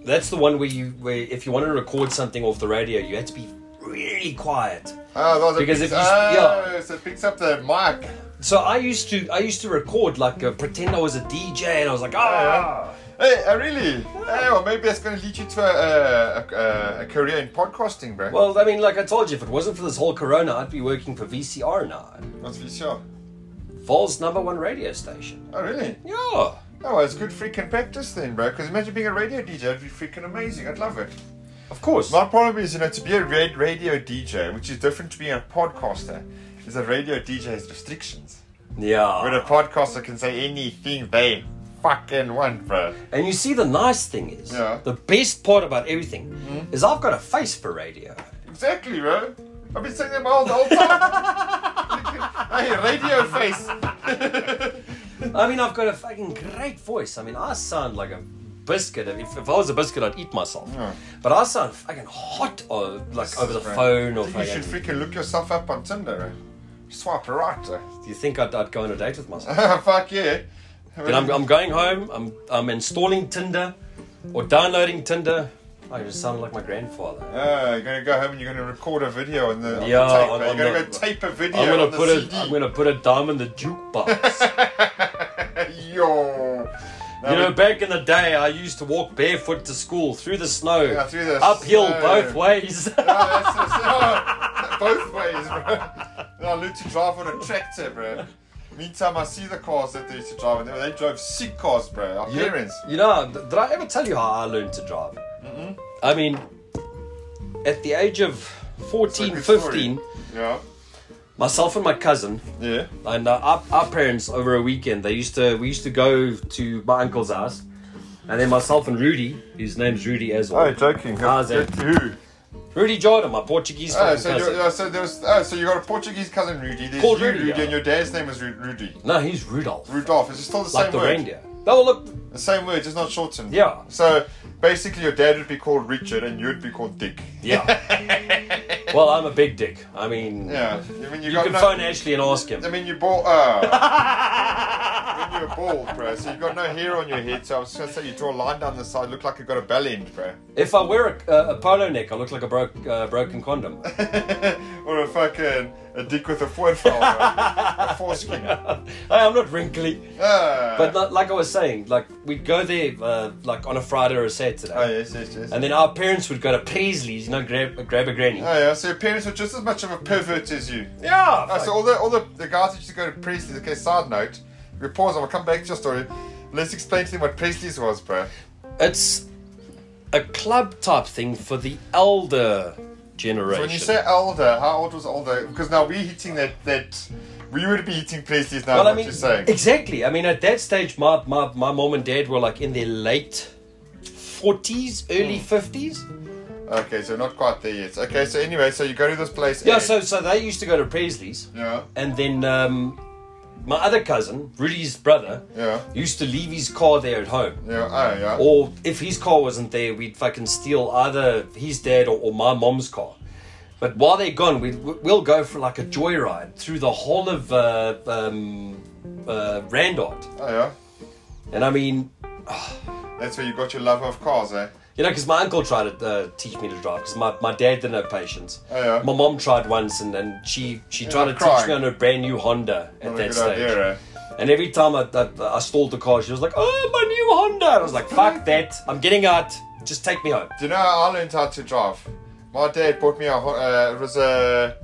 [SPEAKER 2] that's the one where you where if you want to record something off the radio, you had to be really quiet.
[SPEAKER 1] Ah, those are
[SPEAKER 2] Because
[SPEAKER 1] picks-
[SPEAKER 2] if you-
[SPEAKER 1] ah,
[SPEAKER 2] yeah.
[SPEAKER 1] so it picks up the mic.
[SPEAKER 2] So I used to I used to record like uh, pretend I was a DJ and I was like ah.
[SPEAKER 1] Yeah. Hey, uh, really? Hey, well, maybe that's going to lead you to a, a, a, a career in podcasting, bro.
[SPEAKER 2] Well, I mean, like I told you, if it wasn't for this whole corona, I'd be working for VCR now.
[SPEAKER 1] What's for sure?
[SPEAKER 2] Vol's number one radio station.
[SPEAKER 1] Oh, really?
[SPEAKER 2] Yeah.
[SPEAKER 1] Oh, well, it's good freaking practice then, bro. Because imagine being a radio DJ. That'd be freaking amazing. I'd love it.
[SPEAKER 2] Of course.
[SPEAKER 1] My problem is, you know, to be a red radio DJ, which is different to being a podcaster, is that radio DJ has restrictions.
[SPEAKER 2] yeah.
[SPEAKER 1] Where a podcaster can say anything they fucking want, bro.
[SPEAKER 2] And you see, the nice thing is,
[SPEAKER 1] Yeah. Mm.
[SPEAKER 2] the best part about everything is I've got a face for radio.
[SPEAKER 1] Exactly, bro. I've been saying that my whole, the whole time. hey, radio face.
[SPEAKER 2] I mean, I've got a fucking great voice. I mean, I sound like a biscuit. If, if I was a biscuit, I'd eat myself.
[SPEAKER 1] Yeah.
[SPEAKER 2] But I sound fucking hot, or like over the
[SPEAKER 1] Bro,
[SPEAKER 2] phone,
[SPEAKER 1] I
[SPEAKER 2] or
[SPEAKER 1] think You
[SPEAKER 2] fucking.
[SPEAKER 1] should freaking look yourself up on Tinder, bro. Swipe right. bro.
[SPEAKER 2] Do you think I'd, I'd go on a date with myself?
[SPEAKER 1] Fuck yeah.
[SPEAKER 2] then I'm, I'm going home. I'm I'm installing Tinder, or downloading Tinder. I just sound like my grandfather.
[SPEAKER 1] Ah, you're gonna go home and you're gonna record a video on the, on
[SPEAKER 2] Yeah,
[SPEAKER 1] the tape.
[SPEAKER 2] on-
[SPEAKER 1] eh?
[SPEAKER 2] on
[SPEAKER 1] you're gonna
[SPEAKER 2] the-
[SPEAKER 1] go tape a video
[SPEAKER 2] I'm
[SPEAKER 1] on
[SPEAKER 2] gonna
[SPEAKER 1] the
[SPEAKER 2] put it.
[SPEAKER 1] CD.
[SPEAKER 2] I'm gonna put a dime in the jukebox.
[SPEAKER 1] Yo. No,
[SPEAKER 2] you know,
[SPEAKER 1] but-
[SPEAKER 2] back in the day, I used to walk barefoot to school through the snow,
[SPEAKER 1] Yeah, through the
[SPEAKER 2] uphill
[SPEAKER 1] snow.
[SPEAKER 2] both ways.
[SPEAKER 1] no, that's just- no, Oh, both ways, bro. No, I learned to drive on a tractor, bro. Meantime, I see the cars that they used to drive, and they, they drove sick cars, bro. Our
[SPEAKER 2] You-
[SPEAKER 1] parents.
[SPEAKER 2] You know, th- did I ever tell you how I learned to drive? I mean, at the age of 14,
[SPEAKER 1] It's a good
[SPEAKER 2] 15,
[SPEAKER 1] story. Yeah.
[SPEAKER 2] myself and my cousin,
[SPEAKER 1] Yeah.
[SPEAKER 2] and uh, our, our parents over a weekend, they used to, we used to go to my uncle's house. And then myself and Rudy, his name's Rudy as well.
[SPEAKER 1] Oh, joking.
[SPEAKER 2] How's that?
[SPEAKER 1] Who?
[SPEAKER 2] Rudy Jordan, my Portuguese
[SPEAKER 1] Oh,
[SPEAKER 2] fucking
[SPEAKER 1] so,
[SPEAKER 2] cousin.
[SPEAKER 1] you uh, so there was. Oh, so you got a Portuguese cousin, Rudy. There's
[SPEAKER 2] Called
[SPEAKER 1] you,
[SPEAKER 2] Rudy,
[SPEAKER 1] Rudy,
[SPEAKER 2] yeah.
[SPEAKER 1] and your dad's name was Ru- Rudy.
[SPEAKER 2] No, he's Rudolph.
[SPEAKER 1] Rudolph. Is it still the
[SPEAKER 2] like
[SPEAKER 1] uh, same
[SPEAKER 2] the
[SPEAKER 1] word?
[SPEAKER 2] reindeer. No, look,
[SPEAKER 1] The same word, just not shortened.
[SPEAKER 2] Yeah.
[SPEAKER 1] So basically, your dad would be called Richard, and you'd be called Dick.
[SPEAKER 2] yeah. well, I'm a big dick. I mean,
[SPEAKER 1] Yeah. I mean, you,
[SPEAKER 2] you
[SPEAKER 1] got
[SPEAKER 2] can
[SPEAKER 1] no,
[SPEAKER 2] phone Ashley and ask him.
[SPEAKER 1] I mean, you bald. Uh, when you're bald, bro. So you've got no hair on your head. So I was just gonna say, you draw a line down the side, look like you've got a bell end, bro,
[SPEAKER 2] If I wear a, a, a polo neck, I look like a broke, uh, broken condom.
[SPEAKER 1] or a fucking a dick with a foot file, bro. a foreskin.
[SPEAKER 2] Hey, I'm not wrinkly.
[SPEAKER 1] Ah.
[SPEAKER 2] But not, like I was saying, like we'd go there uh, like on a Friday or a Saturday,
[SPEAKER 1] oh yes, yes, yes.
[SPEAKER 2] and then our parents would go to Presley's, you know, grab, grab a granny.
[SPEAKER 1] Oh yeah, so your parents were just as much of a pervert as you.
[SPEAKER 2] yeah.
[SPEAKER 1] Uh, so all the all the, the guys that used to go to Priestley's. Okay, side note. We pause. I'll come back to your story. Let's explain to them what Priestley's was, bro.
[SPEAKER 2] it's a club type thing for the elder generation.
[SPEAKER 1] So when you say elder, how old was older? Because now we're hitting that that we would be hitting Priestley's now.
[SPEAKER 2] well,
[SPEAKER 1] what
[SPEAKER 2] I mean,
[SPEAKER 1] you're saying?
[SPEAKER 2] exactly. I mean, at that stage, my my my mom and dad were like in their late forties, early
[SPEAKER 1] Hmm.
[SPEAKER 2] fifties.
[SPEAKER 1] okay, so not quite there yet. Okay, so anyway, so you go to this place.
[SPEAKER 2] Yeah.
[SPEAKER 1] and-
[SPEAKER 2] So so they used to go to Presley's.
[SPEAKER 1] yeah,
[SPEAKER 2] And then um, my other cousin, Rudy's brother,
[SPEAKER 1] yeah,
[SPEAKER 2] used to leave his car there at home.
[SPEAKER 1] yeah. Oh yeah.
[SPEAKER 2] Or if his car wasn't there, we'd fucking steal either his dad or, or my mom's car. But while they're gone, we, we'll go for like a joyride through the whole of uh, um, uh, Randart.
[SPEAKER 1] oh yeah.
[SPEAKER 2] And I mean,
[SPEAKER 1] That's where you got your love of cars, eh?
[SPEAKER 2] you know, because my uncle tried to uh, teach me to drive, because my, my dad didn't have patience.
[SPEAKER 1] Oh, yeah.
[SPEAKER 2] My mom tried once, and, and she, she tried to teach
[SPEAKER 1] crying.
[SPEAKER 2] me on a brand new Honda at
[SPEAKER 1] Not a
[SPEAKER 2] that
[SPEAKER 1] good
[SPEAKER 2] stage.
[SPEAKER 1] idea, eh?
[SPEAKER 2] And every time I, I, I stalled the car, she was like, "Oh, my new Honda!" And I was like, "Fuck that! I'm getting out. Just take me home."
[SPEAKER 1] Do you know how I learned how to drive? My dad bought me a. ho- Uh, it was a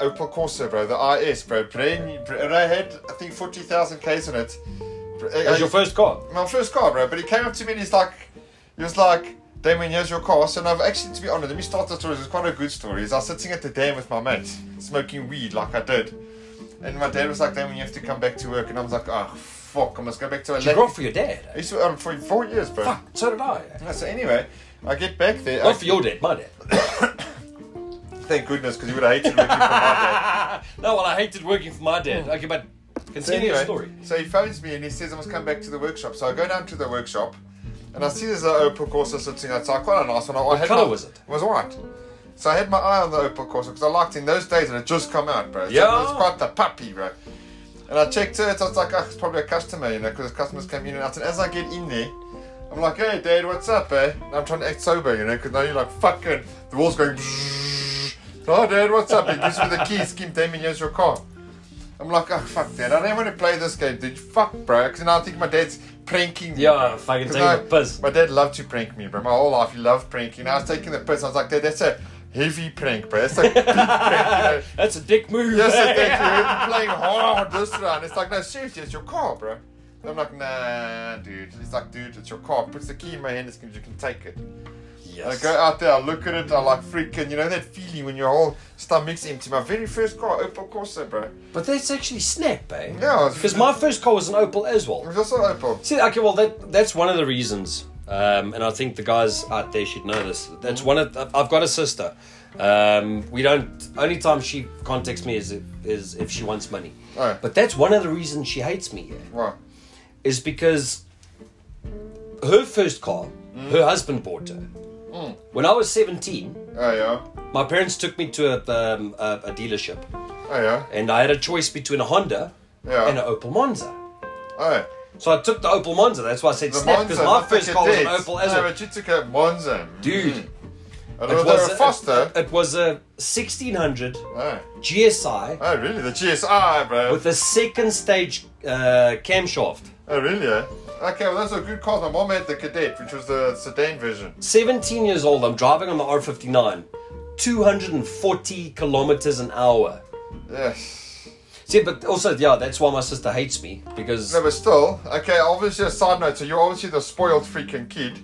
[SPEAKER 1] Opel Corsa, bro. The IS, bro. Brand new, br- and I had I think forty thousand k's on it. Br-
[SPEAKER 2] It was your first car.
[SPEAKER 1] my first car, bro. But he came up to me and he's like, he was like, Damien, here's your car. So now, actually, to be honest, let me start the story. It's quite a good story. Is I was sitting at the dam with my mate, smoking weed like I did, and my dad was like, Damien, you have to come back to work, and I was like, oh fuck, I must go back to
[SPEAKER 2] You
[SPEAKER 1] LA.
[SPEAKER 2] grew up for your dad.
[SPEAKER 1] I used to um, for four years, bro.
[SPEAKER 2] Fuck. So did I.
[SPEAKER 1] So anyway, I get back there.
[SPEAKER 2] Not
[SPEAKER 1] I-
[SPEAKER 2] for your dad, my dad.
[SPEAKER 1] Thank goodness, because you would have hated working for my dad.
[SPEAKER 2] No, well, I hated working for my dad. Okay, but
[SPEAKER 1] So
[SPEAKER 2] continue your
[SPEAKER 1] anyway,
[SPEAKER 2] story.
[SPEAKER 1] so he phones me and he says I must come back to the workshop. So I go down to the workshop, and I see there's an Opel Corsa sitting outside, quite a nice one. I, what
[SPEAKER 2] colour was it?
[SPEAKER 1] It was white. So I had my eye on the Opel Corsa because I liked it in those days, and it had just come out, bro. So
[SPEAKER 2] Yeah.
[SPEAKER 1] it was quite the puppy, bro. And I checked it. I was like, oh, it's probably a customer, you know, because customers came in and out. And as I get in there, I'm like, hey, Dad, what's up, eh? And I'm trying to act sober, you know, because now you're like, fucking, the wall's going. Oh, Dad, what's up? He gives me the keys. Kim, Damien, here's your car. I'm like, oh fuck, Dad, I don't want to play this game, dude. Fuck, bro. Because now I think my dad's pranking me.
[SPEAKER 2] Yeah, fucking
[SPEAKER 1] Because
[SPEAKER 2] taking
[SPEAKER 1] I-
[SPEAKER 2] the piss.
[SPEAKER 1] My dad loved to prank me, bro. My whole life, he loved pranking. I was taking the piss. I was like, Dad, that's a heavy prank, bro. That's a big prank, you know.
[SPEAKER 2] That's a dick move.
[SPEAKER 1] Yes,
[SPEAKER 2] eh?
[SPEAKER 1] I think you're playing hard this round. It's like, no, seriously, it's your car, bro. And I'm like, nah, dude. It's like, dude, it's your car. Puts the key in my hand, it's, you can take it.
[SPEAKER 2] Yes.
[SPEAKER 1] I go out there, I look at it, I like freaking, you know that feeling when your whole stomach's empty. My very first car, Opel Corsa, bro.
[SPEAKER 2] But that's actually snap, eh?
[SPEAKER 1] Yeah, it's-
[SPEAKER 2] Because my first car was an Opel as
[SPEAKER 1] It
[SPEAKER 2] well.
[SPEAKER 1] was also Opel.
[SPEAKER 2] See, okay, well that that's one of the reasons, um, and I think the guys out there should know this. That's one of I've got a sister. Um, we don't. Only time she contacts me is if, is if she wants money.
[SPEAKER 1] Oh.
[SPEAKER 2] But that's one of the reasons she hates me. eh?
[SPEAKER 1] Right.
[SPEAKER 2] is because her first car, her husband bought her. When I was 17,
[SPEAKER 1] Oh, yeah.
[SPEAKER 2] my parents took me to a, um, a, a dealership
[SPEAKER 1] Oh, yeah.
[SPEAKER 2] and I had a choice between a Honda
[SPEAKER 1] Yeah.
[SPEAKER 2] and uh, an Opel Monza.
[SPEAKER 1] Oh.
[SPEAKER 2] So I took the Opel Monza, that's why I said
[SPEAKER 1] The
[SPEAKER 2] snap,
[SPEAKER 1] Monza.
[SPEAKER 2] because my
[SPEAKER 1] the
[SPEAKER 2] first
[SPEAKER 1] fucking
[SPEAKER 2] car was an
[SPEAKER 1] Deds.
[SPEAKER 2] Opel as
[SPEAKER 1] No,
[SPEAKER 2] well.
[SPEAKER 1] but you took a Mm. Monza.
[SPEAKER 2] Dude,
[SPEAKER 1] Although they were faster.
[SPEAKER 2] it, it was a 1600
[SPEAKER 1] Oh.
[SPEAKER 2] GSI
[SPEAKER 1] Oh, really? The GSI, bro.
[SPEAKER 2] with a second stage uh, camshaft.
[SPEAKER 1] Oh, really? eh? Okay, well, those are good cars. My mom had the Cadet, which was the sedan version.
[SPEAKER 2] 17 years old, I'm driving on the R59, 240 kilometers an hour.
[SPEAKER 1] Yes.
[SPEAKER 2] See, but also, yeah, that's why my sister hates me because
[SPEAKER 1] No, but still, okay, obviously, a side note. So, you're obviously the spoiled freaking kid.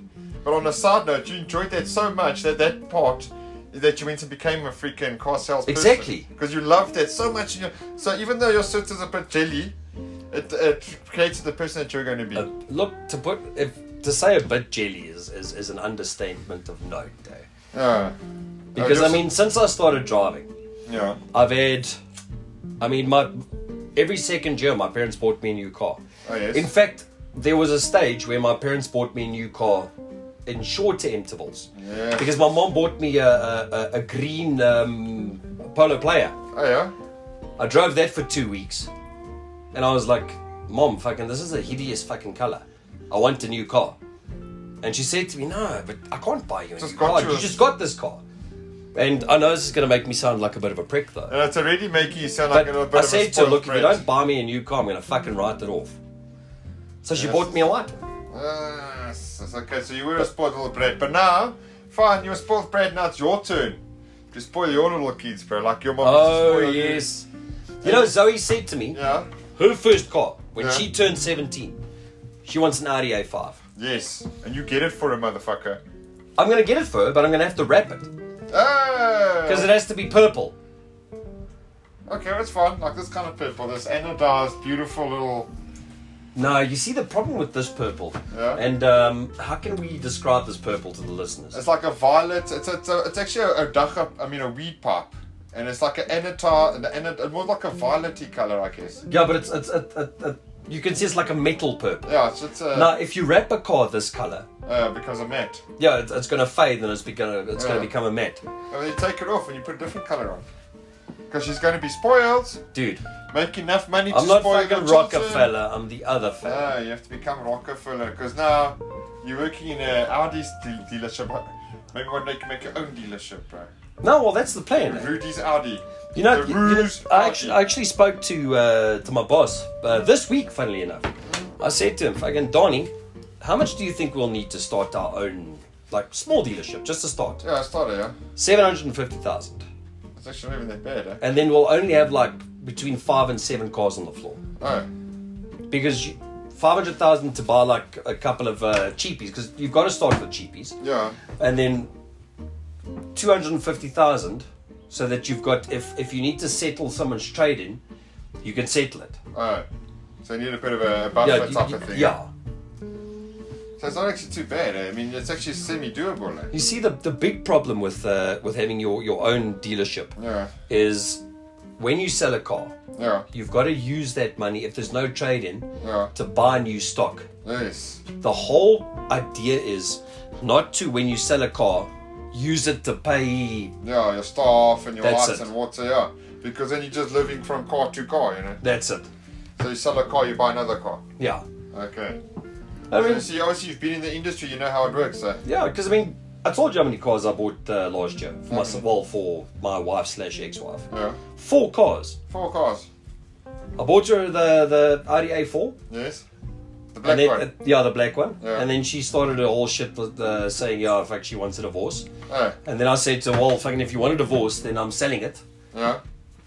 [SPEAKER 1] But on a side note, you enjoyed that so much that that part is that you went and became a freaking car salesperson.
[SPEAKER 2] Exactly.
[SPEAKER 1] Because you loved that so much. You know, so, even though your sister's a bit jelly, it, it created the person that you're going to be.
[SPEAKER 2] uh, look to put if to say a bit jelly is is, is an understatement of note,
[SPEAKER 1] Yeah.
[SPEAKER 2] though. Uh, Because
[SPEAKER 1] Oh, you're
[SPEAKER 2] I mean, since I started driving,
[SPEAKER 1] Yeah.
[SPEAKER 2] I've had, I mean, my every second year my parents bought me a new car.
[SPEAKER 1] Oh, yes.
[SPEAKER 2] In fact, there was a stage where my parents bought me a new car in shorter intervals
[SPEAKER 1] Yeah.
[SPEAKER 2] because my mom bought me a a, a, a green um, Polo Player.
[SPEAKER 1] Oh, yeah?
[SPEAKER 2] I drove that for two weeks, and I was like, "Mom, fucking, this is a hideous fucking color. I want a new car." And she said to me, "No, but I can't buy you a
[SPEAKER 1] Just
[SPEAKER 2] new
[SPEAKER 1] got
[SPEAKER 2] car.
[SPEAKER 1] you
[SPEAKER 2] You
[SPEAKER 1] a-
[SPEAKER 2] just got this car." And I know this is going to make me sound like a bit of a prick, though.
[SPEAKER 1] And it's already making you sound like
[SPEAKER 2] But
[SPEAKER 1] a little bit
[SPEAKER 2] I
[SPEAKER 1] of a
[SPEAKER 2] said to her,
[SPEAKER 1] spoiled
[SPEAKER 2] "Look, if you
[SPEAKER 1] brat.
[SPEAKER 2] don't buy me a new car, I'm going to fucking write it off." So she
[SPEAKER 1] Yes.
[SPEAKER 2] bought me a white one.
[SPEAKER 1] Ah, s- s- okay, so you were a spoiled little brat, but now, fine, you're a spoiled brat, now it's your turn to spoil your little kids, bro. Like your mom.
[SPEAKER 2] Oh
[SPEAKER 1] spoiled you.
[SPEAKER 2] yes. You know, Zoe said to me,
[SPEAKER 1] Yeah.
[SPEAKER 2] her first car when
[SPEAKER 1] Yeah.
[SPEAKER 2] she turned 17, she wants an Audi A5.
[SPEAKER 1] Yes, and you get it for a motherfucker.
[SPEAKER 2] I'm going to get it for her, but I'm going to have to wrap it.
[SPEAKER 1] Ah.
[SPEAKER 2] Because it has to be purple.
[SPEAKER 1] okay, that's fine. Like this kind of purple, this anodized, beautiful little.
[SPEAKER 2] No, you see the problem with this purple.
[SPEAKER 1] Yeah.
[SPEAKER 2] And um, how can we describe this purple to the listeners?
[SPEAKER 1] It's like a violet. It's it's, a, it's actually a, a dacha. I mean a weed pipe, and it's like an anodized, an anod, more like a violety color, I guess.
[SPEAKER 2] Yeah, but it's, it's it, it, it, you can see it's like a metal purple.
[SPEAKER 1] Yeah, it's it's a,
[SPEAKER 2] Now, if you wrap a car this color,
[SPEAKER 1] uh, because of matte.
[SPEAKER 2] yeah, it's, it's going to fade and it's gonna it's going
[SPEAKER 1] Yeah.
[SPEAKER 2] to become a matte,
[SPEAKER 1] And then you take it off and you put a different color on. Because she's going to be spoiled.
[SPEAKER 2] dude.
[SPEAKER 1] Make enough money to
[SPEAKER 2] I'm not
[SPEAKER 1] spoil
[SPEAKER 2] fucking
[SPEAKER 1] your children.
[SPEAKER 2] Rockefeller. I'm the other fella.
[SPEAKER 1] No, you have to become Rockefeller. Because now you're working in an Audi de- dealership. Maybe one day you can make your own dealership, bro.
[SPEAKER 2] No, well that's the plan. eh?
[SPEAKER 1] Rudy's Audi.
[SPEAKER 2] You know,
[SPEAKER 1] the
[SPEAKER 2] you- you know,
[SPEAKER 1] Rouge
[SPEAKER 2] I
[SPEAKER 1] Audi.
[SPEAKER 2] actually I actually spoke to uh, to my boss uh, this week. Funnily enough, I said to him, "Fucking Donnie, how much do you think we'll need to start our own like small dealership just to start?"
[SPEAKER 1] Yeah, I started, yeah.
[SPEAKER 2] 750,000.
[SPEAKER 1] It's actually not even that bad, eh?
[SPEAKER 2] And then we'll only have like between five and seven cars on the floor.
[SPEAKER 1] Oh,
[SPEAKER 2] Because you, 500,000 to buy like a couple of uh, cheapies, because you've got to start with cheapies.
[SPEAKER 1] yeah.
[SPEAKER 2] And then 250,000 so that you've got, if, if you need to settle someone's trade in, you can settle it.
[SPEAKER 1] Oh. So you need a bit of a buffer
[SPEAKER 2] you-
[SPEAKER 1] type
[SPEAKER 2] you-
[SPEAKER 1] of thing.
[SPEAKER 2] yeah.
[SPEAKER 1] So it's not actually too bad, eh? I mean, it's actually semi doable, eh?
[SPEAKER 2] You see, the, the big problem with, uh, with having your, your own dealership
[SPEAKER 1] Yeah,
[SPEAKER 2] is when you sell a car,
[SPEAKER 1] yeah,
[SPEAKER 2] you've got to use that money if there's no trade in
[SPEAKER 1] yeah.
[SPEAKER 2] to buy new stock.
[SPEAKER 1] Yes.
[SPEAKER 2] The whole idea is not to, when you sell a car, use it to pay.
[SPEAKER 1] Yeah, your staff and your
[SPEAKER 2] That's
[SPEAKER 1] lights
[SPEAKER 2] it.
[SPEAKER 1] and water, yeah. Because then you're just living from car to car, you know.
[SPEAKER 2] That's it.
[SPEAKER 1] So you sell a car, you buy another car.
[SPEAKER 2] Yeah.
[SPEAKER 1] Okay.
[SPEAKER 2] I mean,
[SPEAKER 1] obviously, obviously, you've been in the industry, you know how it works, eh?
[SPEAKER 2] yeah, because I mean, I told you how many cars I bought uh, last year for
[SPEAKER 1] Mm.
[SPEAKER 2] myself, well, for my wife slash ex wife.
[SPEAKER 1] Yeah.
[SPEAKER 2] Four cars.
[SPEAKER 1] Four cars.
[SPEAKER 2] I bought her the, the Audi A4,
[SPEAKER 1] Yes. The black
[SPEAKER 2] and then,
[SPEAKER 1] one.
[SPEAKER 2] uh, yeah, the black one.
[SPEAKER 1] Yeah.
[SPEAKER 2] And then she started her whole shit with, uh, saying, yeah, in fact, she wants a divorce.
[SPEAKER 1] Oh,
[SPEAKER 2] And then I said to her, well, fucking, if you want a divorce, then I'm selling it
[SPEAKER 1] yeah,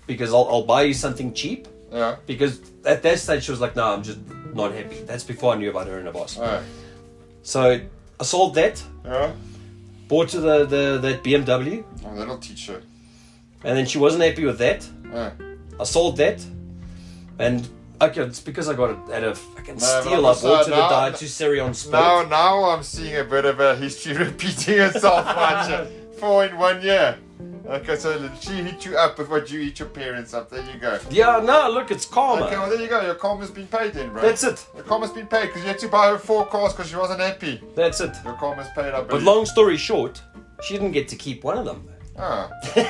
[SPEAKER 2] because I'll, I'll buy you something cheap.
[SPEAKER 1] yeah.
[SPEAKER 2] Because at that stage, she was like, no, I'm just not happy. That's before I knew about her and her boss.
[SPEAKER 1] Oh,
[SPEAKER 2] So I sold that,
[SPEAKER 1] yeah.
[SPEAKER 2] bought her the, the, that BMW,
[SPEAKER 1] Oh, that'll teach her.
[SPEAKER 2] and then she wasn't happy with that.
[SPEAKER 1] Yeah.
[SPEAKER 2] I sold that, and okay, it's because I got it at a fucking
[SPEAKER 1] but
[SPEAKER 2] steal. I
[SPEAKER 1] also
[SPEAKER 2] bought it at
[SPEAKER 1] now-
[SPEAKER 2] Diet to Serion Sport.
[SPEAKER 1] Now, now I'm seeing a bit of a history repeating itself, Roger. Four in one year. Okay, so she hit you up with what you eat your parents up. There you go.
[SPEAKER 2] Yeah, no, look, it's karma.
[SPEAKER 1] Okay, well there you go. Your karma's been paid then, bro.
[SPEAKER 2] That's it.
[SPEAKER 1] Your karma's been paid because you had to buy her four cars because she wasn't happy.
[SPEAKER 2] That's it.
[SPEAKER 1] Your karma's paid up.
[SPEAKER 2] But long story short, she didn't get to keep one of them.
[SPEAKER 1] Oh. you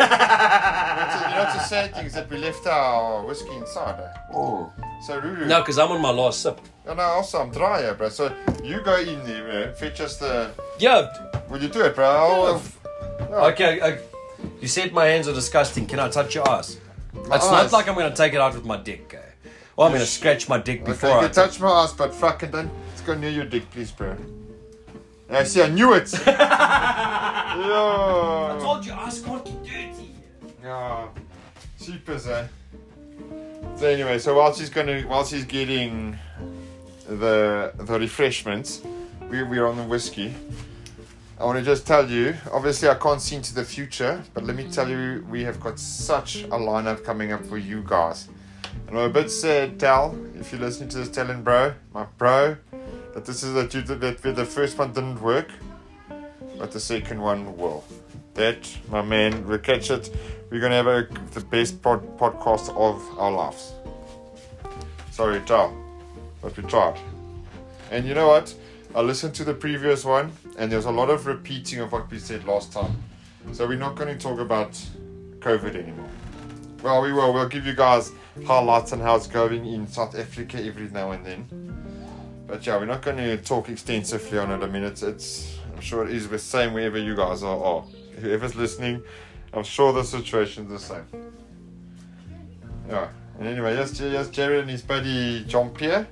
[SPEAKER 1] know, it's a sad thing is that we left our whiskey inside. eh?
[SPEAKER 2] Oh.
[SPEAKER 1] So Ruru.
[SPEAKER 2] No, because I'm on my last sip.
[SPEAKER 1] And I also I'm dry, eh, bro. So you go in there, man. Fetch us the.
[SPEAKER 2] Yeah.
[SPEAKER 1] Will you do it, bro? I'll-
[SPEAKER 2] Okay. I, you said my hands are disgusting. Can I touch your ass? it's
[SPEAKER 1] ass?
[SPEAKER 2] not like I'm going to take it out with my dick. eh? Or I'm going to scratch my dick before
[SPEAKER 1] Okay, you
[SPEAKER 2] I.
[SPEAKER 1] can touch my ass, but fucking don't. Let's go near your dick, please, bro. I see. I knew it.
[SPEAKER 2] I
[SPEAKER 1] Yo.
[SPEAKER 2] told you, ass can't get dirty.
[SPEAKER 1] Yeah. Cheapers, eh? So anyway, so while she's gonna, while she's getting the the refreshments, we we're on the whiskey. I want to just tell you. Obviously, I can't see into the future, but let me tell you, we have got such a lineup coming up for you guys. And I'm a bit sad, Tal, if you're listening to this, telling bro, my bro, that this is that you that the first one didn't work, but the second one will. That, my man, we'll catch it. We're gonna have a, the best pod, podcast of our lives. Sorry, Tal, but we tried. And you know what? I listened to the previous one, and there's a lot of repeating of what we said last time. So we're not going to talk about COVID anymore. Well, we will. We'll give you guys highlights on how it's going in South Africa every now and then. But yeah, we're not going to talk extensively on it. I mean, it's, it's I'm sure it is the same wherever you guys are. are. Whoever's listening, I'm sure the situation's the same. Yeah. And anyway, yes, Jer- yes, Jerry and his buddy John Pierre.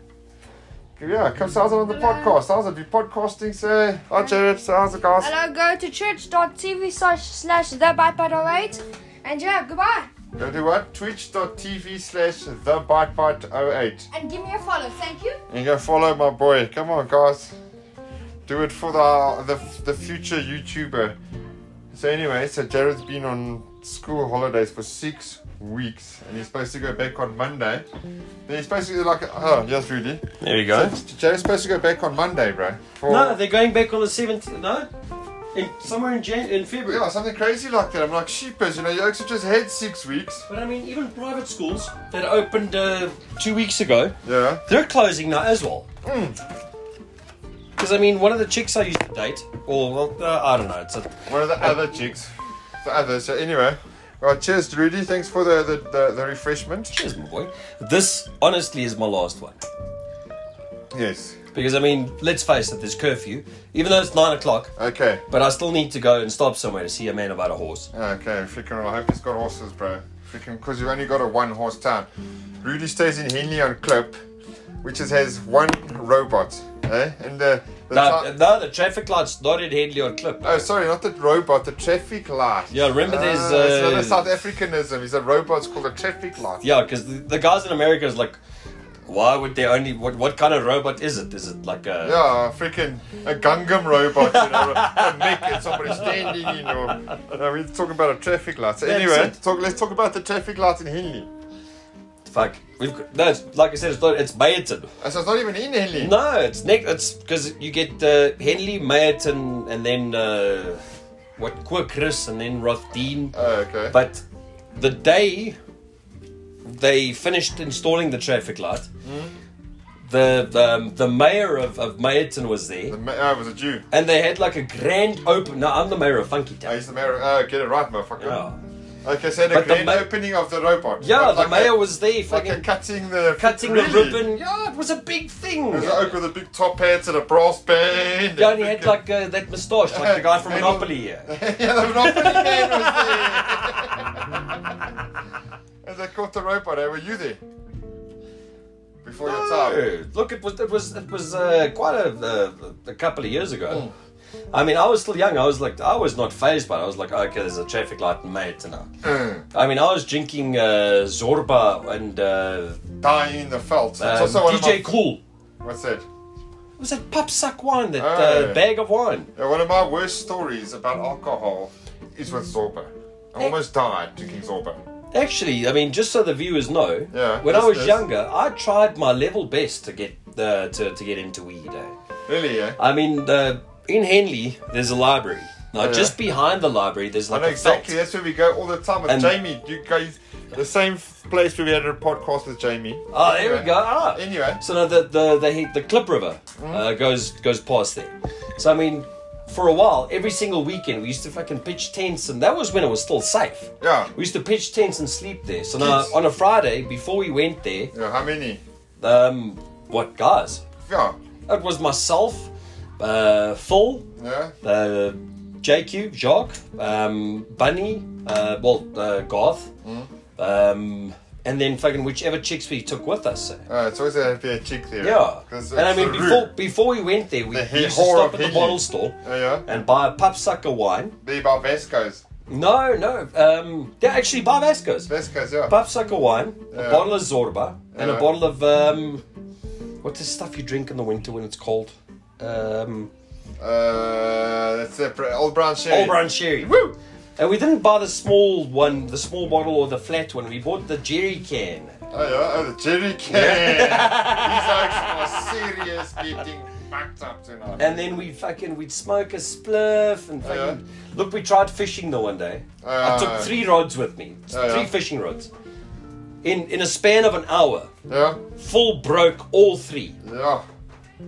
[SPEAKER 1] Yeah, come say how's it on the podcast. How's it? Be podcasting, say. Hi, Jared. So how's it, guys?
[SPEAKER 3] Hello, go to church.tv slash slash the bite 08 and yeah, goodbye.
[SPEAKER 1] Go to what? Twitch.tv slash the oh bite bite 08.
[SPEAKER 3] And give me a follow, thank you.
[SPEAKER 1] And go follow my boy. Come on, guys. Do it for the the, the future YouTuber. So anyway, so Jared's been on school holidays for six weeks, and he's supposed to go back on Monday. Then he's supposed to go like, oh yes, Rudy.
[SPEAKER 2] There you
[SPEAKER 1] So Jared's supposed to go back on Monday, bro. For,
[SPEAKER 2] No, they're going back on the seventh. No, in somewhere in Jan- in February.
[SPEAKER 1] yeah, something crazy like that. I'm like, sheepers, you know, you actually just had six weeks.
[SPEAKER 2] But I mean, even private schools that opened uh, two weeks ago,
[SPEAKER 1] Yeah,
[SPEAKER 2] they're closing now as well. Because I mean, one of the chicks I used to date, or well, uh, I don't know, it's a,
[SPEAKER 1] one of the other chicks. The other. So anyway, right, cheers, Rudy. Thanks for the the, the, the refreshment.
[SPEAKER 2] cheers, my boy. This honestly is my last one.
[SPEAKER 1] Yes.
[SPEAKER 2] Because I mean, let's face it, there's curfew, even though it's nine o'clock.
[SPEAKER 1] Okay.
[SPEAKER 2] But I still need to go and stop somewhere to see a man about a horse.
[SPEAKER 1] Okay, freaking I hope he's got horses, bro. Freaking, because you only got a one horse town. Rudy stays in Henley on Clip, which is, has one robot. Eh? And the. the
[SPEAKER 2] No,
[SPEAKER 1] ti-
[SPEAKER 2] no, the traffic light's not at Headley or Clip.
[SPEAKER 1] oh, sorry, not the robot, the traffic light.
[SPEAKER 2] Yeah, remember there's,
[SPEAKER 1] Ah, it's
[SPEAKER 2] uh,
[SPEAKER 1] another South Africanism. He's a robot's called a traffic light.
[SPEAKER 2] Yeah, because the, the guys in America is like, why would they only? What what kind of robot is it? Is it like a?
[SPEAKER 1] Yeah, freaking a Gungam robot, you know, a mech and somebody standing in. Or, no, we're talking about a traffic light. So
[SPEAKER 2] That's
[SPEAKER 1] anyway,
[SPEAKER 2] it.
[SPEAKER 1] talk, let's talk about the traffic light in Henley.
[SPEAKER 2] Fuck. We've got, no. It's, like I said, it's not. It's Mayerton.
[SPEAKER 1] Uh, So it's not even in Henley.
[SPEAKER 2] No, it's neck. It's because you get uh, Henley, Mayerton, and then uh, what? Quirkris, and then Rothdeen.
[SPEAKER 1] Oh, okay.
[SPEAKER 2] But the day they finished installing the traffic light, the the, um, the mayor of, of Mayerton was there,
[SPEAKER 1] the ma- oh, it was a Jew.
[SPEAKER 2] and they had like a grand open. No, I'm the mayor of Funky
[SPEAKER 1] Oh,
[SPEAKER 2] Town.
[SPEAKER 1] he's the mayor. Oh, get it right, motherfucker.
[SPEAKER 2] Yeah.
[SPEAKER 1] Okay, so the
[SPEAKER 2] But the
[SPEAKER 1] grand
[SPEAKER 2] ma-
[SPEAKER 1] opening of the robot.
[SPEAKER 2] Yeah,
[SPEAKER 1] But
[SPEAKER 2] the
[SPEAKER 1] like
[SPEAKER 2] mayor
[SPEAKER 1] a-
[SPEAKER 2] was there,
[SPEAKER 1] like
[SPEAKER 2] fucking
[SPEAKER 1] a cutting the
[SPEAKER 2] cutting the
[SPEAKER 1] Really?
[SPEAKER 2] ribbon. Yeah, it was a big thing.
[SPEAKER 1] There's a oak with a big top hat and a brass band.
[SPEAKER 2] Yeah, and he had like uh, that moustache, like the guy from
[SPEAKER 1] Metal-
[SPEAKER 2] Monopoly. Yeah.
[SPEAKER 1] yeah, the Monopoly man was there. and they caught the robot. eh? Were you there? before your time.
[SPEAKER 2] Look, it was it was it was uh, quite a, a a couple of years
[SPEAKER 1] Hmm.
[SPEAKER 2] ago. I mean, I was still young. I was like, I was not phased, but I was like, okay, there's a traffic light in May tonight.
[SPEAKER 1] Hmm.
[SPEAKER 2] I mean, I was drinking uh, Zorba and uh,
[SPEAKER 1] Dying in the felt.
[SPEAKER 2] um,
[SPEAKER 1] That's also one
[SPEAKER 2] DJ
[SPEAKER 1] of my,
[SPEAKER 2] Cool.
[SPEAKER 1] What's that?
[SPEAKER 2] It was that pop suck wine, that
[SPEAKER 1] Oh.
[SPEAKER 2] uh, bag of wine.
[SPEAKER 1] Yeah, one of my worst stories about alcohol is with Zorba. I almost died drinking Zorba.
[SPEAKER 2] Actually, I mean, just so the viewers know,
[SPEAKER 1] Yeah,
[SPEAKER 2] when I
[SPEAKER 1] yes,
[SPEAKER 2] was
[SPEAKER 1] yes.
[SPEAKER 2] younger, I tried my level best to get uh, to to get into weed. Eh?
[SPEAKER 1] Really, yeah?
[SPEAKER 2] I mean, uh, in Henley, there's a library. Now, just behind the library, there's
[SPEAKER 1] I
[SPEAKER 2] like
[SPEAKER 1] know
[SPEAKER 2] a felt.
[SPEAKER 1] exactly. That's where we go all the time with
[SPEAKER 2] And-
[SPEAKER 1] Jamie. You guys, the same f- place where we had a podcast with Jamie.
[SPEAKER 2] Oh, there we go. Ah.
[SPEAKER 1] Anyway. Mm-hmm.
[SPEAKER 2] So now the the the, the Clip River uh, goes goes past there. So I mean, for a while, every single weekend we used to fucking pitch tents, and that was when it was still safe.
[SPEAKER 1] Yeah.
[SPEAKER 2] We used to pitch tents and sleep there. So now
[SPEAKER 1] Kids.
[SPEAKER 2] on a Friday before we went there,
[SPEAKER 1] Yeah, how many?
[SPEAKER 2] um, what guys?
[SPEAKER 1] Yeah.
[SPEAKER 2] It was myself, uh, Phil,
[SPEAKER 1] Yeah.
[SPEAKER 2] uh, JQ, Jacques, um, Bunny, uh, well, uh, Garth,
[SPEAKER 1] Mm-hmm.
[SPEAKER 2] um, and then fucking whichever chicks we took with us. eh.
[SPEAKER 1] Uh, it's always a be a chick there.
[SPEAKER 2] Yeah,
[SPEAKER 1] 'Cause
[SPEAKER 2] and I
[SPEAKER 1] it's
[SPEAKER 2] mean
[SPEAKER 1] the
[SPEAKER 2] before
[SPEAKER 1] root.
[SPEAKER 2] before we went there, we,
[SPEAKER 1] The
[SPEAKER 2] we used to
[SPEAKER 1] whore
[SPEAKER 2] stop
[SPEAKER 1] of
[SPEAKER 2] at the
[SPEAKER 1] Henley.
[SPEAKER 2] bottle store
[SPEAKER 1] Yeah, yeah.
[SPEAKER 2] and buy a popsucker wine.
[SPEAKER 1] The Barbescos.
[SPEAKER 2] No, no, um, they actually buy Vasco's.
[SPEAKER 1] Barbescos, yeah.
[SPEAKER 2] Popsucker wine,
[SPEAKER 1] Yeah.
[SPEAKER 2] a bottle of Zorba, and
[SPEAKER 1] Yeah.
[SPEAKER 2] a bottle of um, what's the stuff you drink in the winter when it's cold? Um,
[SPEAKER 1] uh, that's it. Br- Old Brown Sherry.
[SPEAKER 2] Old Brown Sherry.
[SPEAKER 1] Woo!
[SPEAKER 2] And we didn't buy the small one, the small bottle or the flat one. We bought the jerry can.
[SPEAKER 1] Oh, yeah. Oh, the Jerry can. These oaks are serious getting fucked up tonight.
[SPEAKER 2] And then we'd fucking we'd smoke a spliff and fucking look. We tried fishing the one day. I
[SPEAKER 1] Uh,
[SPEAKER 2] took three rods with me, three
[SPEAKER 1] yeah.
[SPEAKER 2] fishing rods. In in a span of an hour,
[SPEAKER 1] Yeah.
[SPEAKER 2] full broke all three.
[SPEAKER 1] Yeah.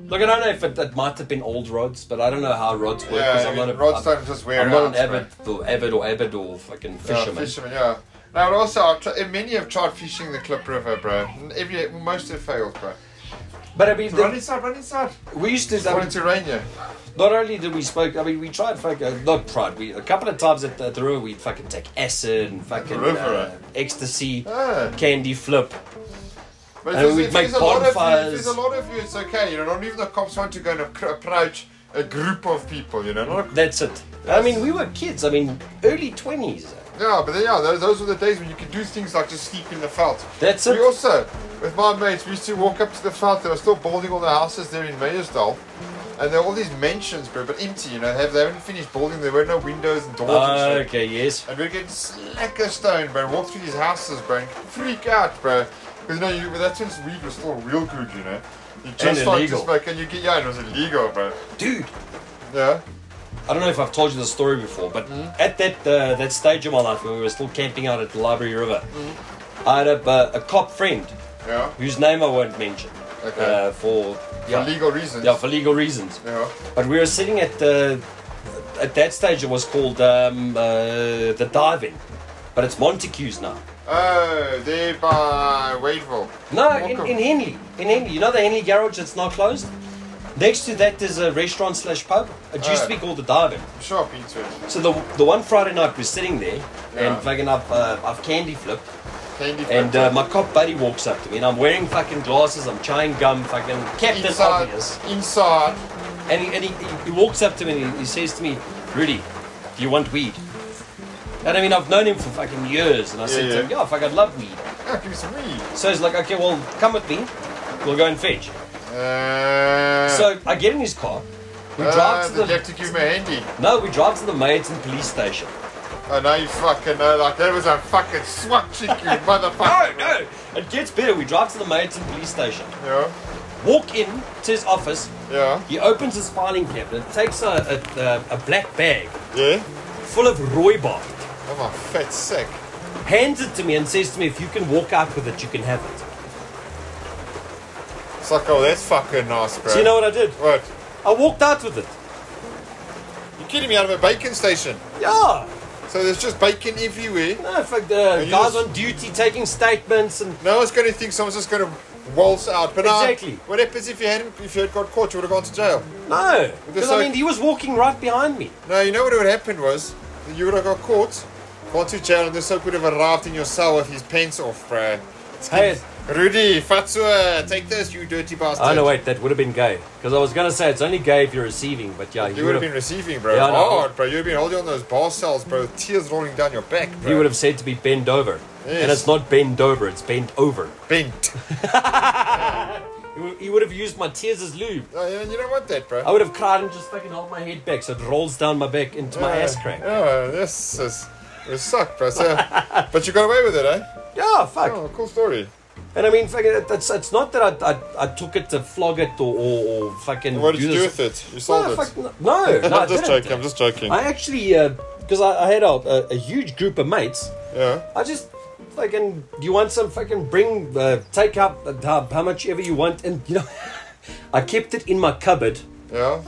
[SPEAKER 2] Look, I don't know if it, it might have been old rods, but I don't know how rods work because
[SPEAKER 1] Yeah.
[SPEAKER 2] I'm not a
[SPEAKER 1] Rod
[SPEAKER 2] I'm,
[SPEAKER 1] Stone just wear
[SPEAKER 2] I'm not an
[SPEAKER 1] out, bro.
[SPEAKER 2] avid or avid or avid or fucking fisherman.
[SPEAKER 1] Yeah, fisherman, yeah. Now, but also, I've tri- many have tried fishing the Klip River, bro. Every most have failed, bro.
[SPEAKER 2] But I mean,
[SPEAKER 1] Run
[SPEAKER 2] the,
[SPEAKER 1] inside, run inside.
[SPEAKER 2] we used to.
[SPEAKER 1] I
[SPEAKER 2] I mean,
[SPEAKER 1] wanted to rain you.
[SPEAKER 2] Not only did we smoke, I mean, we tried fucking, uh, not tried, we, a couple of times at the, at the river we'd fucking take acid and fucking
[SPEAKER 1] the river,
[SPEAKER 2] uh,
[SPEAKER 1] eh?
[SPEAKER 2] ecstasy,
[SPEAKER 1] Ah.
[SPEAKER 2] candy flip.
[SPEAKER 1] But
[SPEAKER 2] And
[SPEAKER 1] if,
[SPEAKER 2] we'd
[SPEAKER 1] there's, if
[SPEAKER 2] make
[SPEAKER 1] there's a lot of you, if
[SPEAKER 2] bonfires.
[SPEAKER 1] there's a lot of you, it's okay. You know, not even the cops want to go and appro- approach a group of people. You know, not a,
[SPEAKER 2] That's it. I mean, we were kids, I mean, early 20s.
[SPEAKER 1] yeah. But then, yeah, those, those were the days when you could do things like just sleep in the felt.
[SPEAKER 2] That's
[SPEAKER 1] We
[SPEAKER 2] it.
[SPEAKER 1] also, with my mates, we used to walk up to the felt. They were still building all the houses there in Mayersdale. And there were all these mansions, bro, but empty, you know. They, they haven't finished building. There were no windows and doors and shit.
[SPEAKER 2] okay, yes.
[SPEAKER 1] And we're getting slacker stone, bro. Walk through these houses, bro. And freak out, bro. Because you know, you, that's when weed was still real good, you know. You just
[SPEAKER 2] And
[SPEAKER 1] started
[SPEAKER 2] illegal.
[SPEAKER 1] to smoke and you get yeah, it was illegal, bro.
[SPEAKER 2] Dude,
[SPEAKER 1] Yeah.
[SPEAKER 2] I don't know if I've told you the story before, but at that uh, that stage of my life when we were still camping out at the Library River, I had a, uh, a cop friend
[SPEAKER 1] Yeah.
[SPEAKER 2] whose name I won't mention
[SPEAKER 1] Okay.
[SPEAKER 2] uh, for, yeah,
[SPEAKER 1] For legal reasons.
[SPEAKER 2] yeah, for legal reasons.
[SPEAKER 1] yeah.
[SPEAKER 2] But we were sitting at the at that stage it was called um, uh, the dive-in, but it's Montague's now.
[SPEAKER 1] Oh, there by Wadeville.
[SPEAKER 2] No, in,
[SPEAKER 1] Welcome.
[SPEAKER 2] in Henley, in Henley. You know the Henley garage that's now closed. Next to that there's a restaurant slash pub. It used
[SPEAKER 1] Oh.
[SPEAKER 2] to be called the dive-in.
[SPEAKER 1] I'm sure I've been to it.
[SPEAKER 2] So the the one Friday night we're sitting there
[SPEAKER 1] Yeah.
[SPEAKER 2] and fucking up, uh, I've candy flipped.
[SPEAKER 1] Candy
[SPEAKER 2] And
[SPEAKER 1] flip.
[SPEAKER 2] uh, my cop buddy walks up to me, and I'm wearing fucking glasses, I'm chewing gum, fucking Captain
[SPEAKER 1] inside,
[SPEAKER 2] Obvious.
[SPEAKER 1] inside.
[SPEAKER 2] And, he, and he, he walks up to me and he, he says to me, Rudy, do you want weed? And I mean, I've known him for fucking years, and I said
[SPEAKER 1] yeah.
[SPEAKER 2] to him, yeah, fuck, I'd love weed.
[SPEAKER 1] Yeah, Oh, give me some weed.
[SPEAKER 2] So he's like, okay, well, come with me, we'll go and fetch.
[SPEAKER 1] Uh,
[SPEAKER 2] So I get in his car, we
[SPEAKER 1] uh,
[SPEAKER 2] drive to
[SPEAKER 1] then you
[SPEAKER 2] the,
[SPEAKER 1] have to give me a handy.
[SPEAKER 2] no, we drive to the Maidson police station.
[SPEAKER 1] I know you fucking know, like that was a fucking swat chick, you
[SPEAKER 2] No,
[SPEAKER 1] motherfucker.
[SPEAKER 2] no, it gets better, we drive to the Maidson police station,
[SPEAKER 1] Yeah,
[SPEAKER 2] walk in to his office,
[SPEAKER 1] yeah,
[SPEAKER 2] he opens his filing cabinet, takes a, a, a, a black bag,
[SPEAKER 1] yeah.
[SPEAKER 2] full of rooibos,
[SPEAKER 1] I'm a fat sack.
[SPEAKER 2] hands it to me and says to me, if you can walk out with it, you can have it.
[SPEAKER 1] It's like, oh, that's fucking nice, bro.
[SPEAKER 2] So you know what I did?
[SPEAKER 1] what?
[SPEAKER 2] I walked out with it.
[SPEAKER 1] You're kidding me out of a bacon station.
[SPEAKER 2] Yeah.
[SPEAKER 1] So there's just bacon everywhere.
[SPEAKER 2] No, fuck the
[SPEAKER 1] you
[SPEAKER 2] guys
[SPEAKER 1] just-
[SPEAKER 2] on duty taking statements and
[SPEAKER 1] No one's going to think someone's just going to waltz out. But now,
[SPEAKER 2] Exactly.
[SPEAKER 1] what happens if you hadn't, if you had got caught, you would have gone to jail.
[SPEAKER 2] no.
[SPEAKER 1] Just
[SPEAKER 2] Because
[SPEAKER 1] like-
[SPEAKER 2] I mean, he was walking right behind me.
[SPEAKER 1] No, you know what would have happened was, you would have got caught, gone to jail, and the soap would have arrived in your cell with his pants off, bro.
[SPEAKER 2] Hey,
[SPEAKER 1] Rudy, Fatsua, take this, you dirty bastard.
[SPEAKER 2] Oh no, wait, that would have been gay. Because I was gonna say it's only gay if you're receiving, but yeah,
[SPEAKER 1] You would have been receiving, bro.
[SPEAKER 2] Yeah, I know.
[SPEAKER 1] Hard, bro. You would have been holding on those bar cells, bro. with Tears rolling down your back, bro.
[SPEAKER 2] He would have said to be bend over. And
[SPEAKER 1] Yes.
[SPEAKER 2] it's not bend over, it's bent over.
[SPEAKER 1] bent.
[SPEAKER 2] He would, he would have used my tears as lube.
[SPEAKER 1] No, you you don't want that, bro.
[SPEAKER 2] I would have cried and just fucking held my head back so it rolls down my back into my ass crack.
[SPEAKER 1] Oh, this is. It sucked, bro. So, but you got away with it, eh?
[SPEAKER 2] Yeah, fuck.
[SPEAKER 1] Oh, cool story.
[SPEAKER 2] And I mean, fucking, it- it's, it's not that I, I, I took it to flog it or, or, or fucking.
[SPEAKER 1] And what did you do
[SPEAKER 2] this.
[SPEAKER 1] with it? You sold
[SPEAKER 2] No,
[SPEAKER 1] it.
[SPEAKER 2] fuck, no, no, no, I
[SPEAKER 1] I'm just
[SPEAKER 2] didn't.
[SPEAKER 1] joking. I'm just joking.
[SPEAKER 2] I actually, because I, I had a, a, a huge group of mates.
[SPEAKER 1] yeah.
[SPEAKER 2] I just fucking, do you want some fucking bring, uh, take up uh, how, how much ever you want, and you know, I kept it in my cupboard
[SPEAKER 1] Yeah.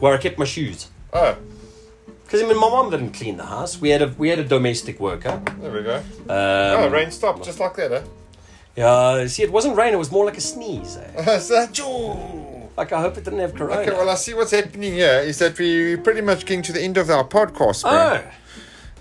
[SPEAKER 2] where I kept my shoes.
[SPEAKER 1] Oh,
[SPEAKER 2] Because I mean, my mom didn't clean the house. We had a we had a domestic worker.
[SPEAKER 1] there we go. oh,
[SPEAKER 2] Um,
[SPEAKER 1] rain stopped just like that, eh?
[SPEAKER 2] yeah, see, it wasn't rain. It was more like a sneeze. eh?
[SPEAKER 1] eh? So- Choo.
[SPEAKER 2] Like I hope it didn't have corona.
[SPEAKER 1] Okay, well, uh, I see what's happening here is that we're pretty much getting to the end of our podcast, bro.
[SPEAKER 2] oh,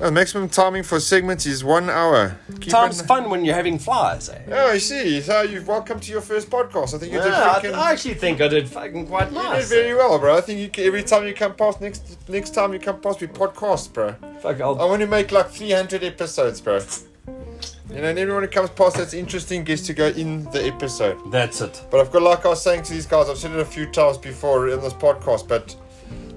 [SPEAKER 1] The maximum timing for segments is one hour. Keep
[SPEAKER 2] time's
[SPEAKER 1] an-
[SPEAKER 2] fun when you're having flies. Eh?
[SPEAKER 1] Oh, I see. So you've welcome to your first podcast. I think you did
[SPEAKER 2] Yeah, I,
[SPEAKER 1] freaking.
[SPEAKER 2] I actually think I did fucking quite
[SPEAKER 1] you did
[SPEAKER 2] nice. eh?
[SPEAKER 1] very well, bro. I think you ca- every time you come past next next time you come past we podcast, bro.
[SPEAKER 2] Fuck,
[SPEAKER 1] I
[SPEAKER 2] I'll,
[SPEAKER 1] want to make like 300 episodes, bro. You know, and everyone who comes past that's interesting gets to go in the episode.
[SPEAKER 2] that's it.
[SPEAKER 1] But I've got, like I was saying to these guys, I've said it a few times before in this podcast, but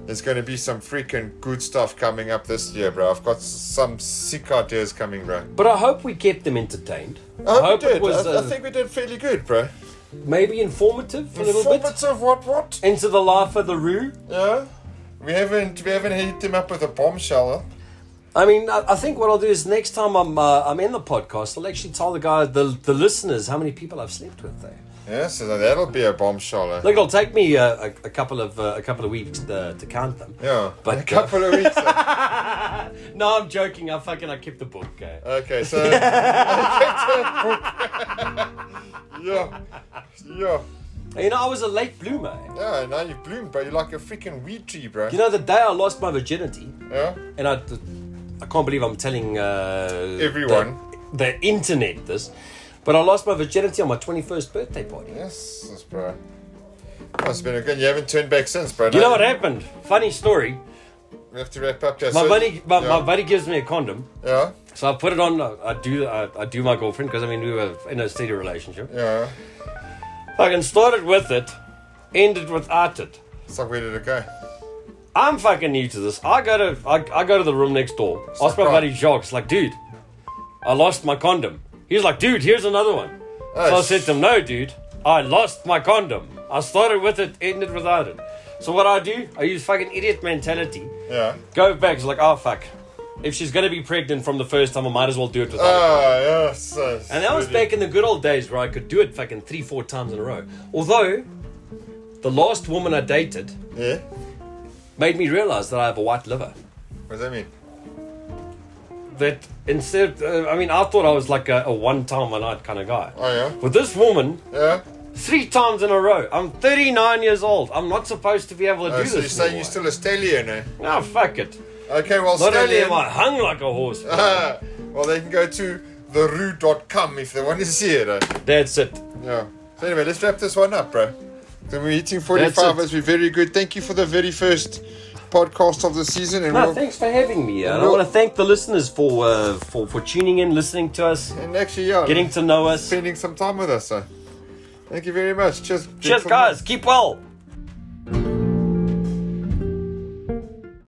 [SPEAKER 1] there's going to be some freaking good stuff coming up this year, bro. I've got s- some sick ideas coming, bro.
[SPEAKER 2] But I hope we kept them entertained.
[SPEAKER 1] I hope, we did.
[SPEAKER 2] it was
[SPEAKER 1] I,
[SPEAKER 2] uh,
[SPEAKER 1] I think we did fairly good, bro.
[SPEAKER 2] maybe informative a little bit.
[SPEAKER 1] Informative, what, what?
[SPEAKER 2] Into the life of the Roo.
[SPEAKER 1] Yeah. We haven't we haven't hit them up with a bombshell. huh?
[SPEAKER 2] I mean, I, I think what I'll do is next time I'm uh, I'm in the podcast, I'll actually tell the guy the the listeners how many people I've slept with there.
[SPEAKER 1] Yeah, so that'll be a bombshell. huh?
[SPEAKER 2] Look, it'll take me uh, a, a couple of uh, a couple of weeks uh, to count them.
[SPEAKER 1] Yeah,
[SPEAKER 2] But,
[SPEAKER 1] a couple of weeks. huh?
[SPEAKER 2] No, I'm joking. I fucking I kept the book. eh. Okay.
[SPEAKER 1] Okay, so. yeah. Yeah.
[SPEAKER 2] You know, I was a late bloomer. eh?
[SPEAKER 1] Yeah, now you bloom, bro. You're like a freaking weed tree, bro.
[SPEAKER 2] You know, the day I lost my virginity,
[SPEAKER 1] Yeah?
[SPEAKER 2] and I, I can't believe I'm telling uh,
[SPEAKER 1] Everyone.
[SPEAKER 2] the, the internet this, but I lost my virginity on my 21st birthday party.
[SPEAKER 1] Yes, yes, bro. That's been a good. You haven't turned back since, bro.
[SPEAKER 2] You
[SPEAKER 1] no?
[SPEAKER 2] know what happened? Funny story.
[SPEAKER 1] We have to wrap up there.
[SPEAKER 2] My
[SPEAKER 1] so,
[SPEAKER 2] buddy, my,
[SPEAKER 1] yeah,
[SPEAKER 2] my buddy gives me a condom.
[SPEAKER 1] Yeah,
[SPEAKER 2] So I put it on. uh, I I do. I, I do my girlfriend because I mean we were in a steady relationship.
[SPEAKER 1] yeah.
[SPEAKER 2] Fucking started with it, ended without it.
[SPEAKER 1] So where did it go?
[SPEAKER 2] I'm fucking new to this. I go to I, I go to the room next door. Ask my
[SPEAKER 1] Surprise.
[SPEAKER 2] buddy Jacques, like, dude, I lost my condom. He's like, dude, here's another one.
[SPEAKER 1] Oh,
[SPEAKER 2] so I said to him, no, dude, I lost my condom. I started with it, ended without it. So what I do, I use fucking idiot mentality.
[SPEAKER 1] Yeah.
[SPEAKER 2] Go back, it's like, oh fuck. If she's gonna be pregnant from the first time, I might as well do it without it.
[SPEAKER 1] Ah, yes. yes,
[SPEAKER 2] And that was
[SPEAKER 1] really.
[SPEAKER 2] back in the good old days where I could do it fucking three, four times in a row. Although, the last woman I dated
[SPEAKER 1] Yeah?
[SPEAKER 2] made me realize that I have a white liver.
[SPEAKER 1] What does that mean?
[SPEAKER 2] that instead, uh, I mean, I thought I was like a, a one time a night kind of guy.
[SPEAKER 1] Oh, yeah?
[SPEAKER 2] With this woman,
[SPEAKER 1] Yeah?
[SPEAKER 2] three times in a row. I'm 39 years old. I'm not supposed to be able to
[SPEAKER 1] Oh,
[SPEAKER 2] do
[SPEAKER 1] so you're
[SPEAKER 2] this.
[SPEAKER 1] saying
[SPEAKER 2] anymore.
[SPEAKER 1] you're still a stallion, eh?
[SPEAKER 2] No, fuck it.
[SPEAKER 1] Okay, well,
[SPEAKER 2] Not only
[SPEAKER 1] stallion.
[SPEAKER 2] am I hung like a horse, but
[SPEAKER 1] Ah, well, they can go to theroo.com if they want to see it. eh?
[SPEAKER 2] that's it.
[SPEAKER 1] Yeah. So anyway, let's wrap this one up, bro. Then we're hitting
[SPEAKER 2] That's
[SPEAKER 1] 45.
[SPEAKER 2] it.
[SPEAKER 1] It's been very good. Thank you for the very first podcast of the season, and
[SPEAKER 2] No,
[SPEAKER 1] we'll,
[SPEAKER 2] thanks for having me. And I
[SPEAKER 1] Well-
[SPEAKER 2] want to thank the listeners for, uh, for for tuning in, listening to us,
[SPEAKER 1] and actually, yeah,
[SPEAKER 2] getting to know us.
[SPEAKER 1] spending some time with us. So. Thank eh? you very much. Cheers.
[SPEAKER 2] Cheers, guys. Keep well.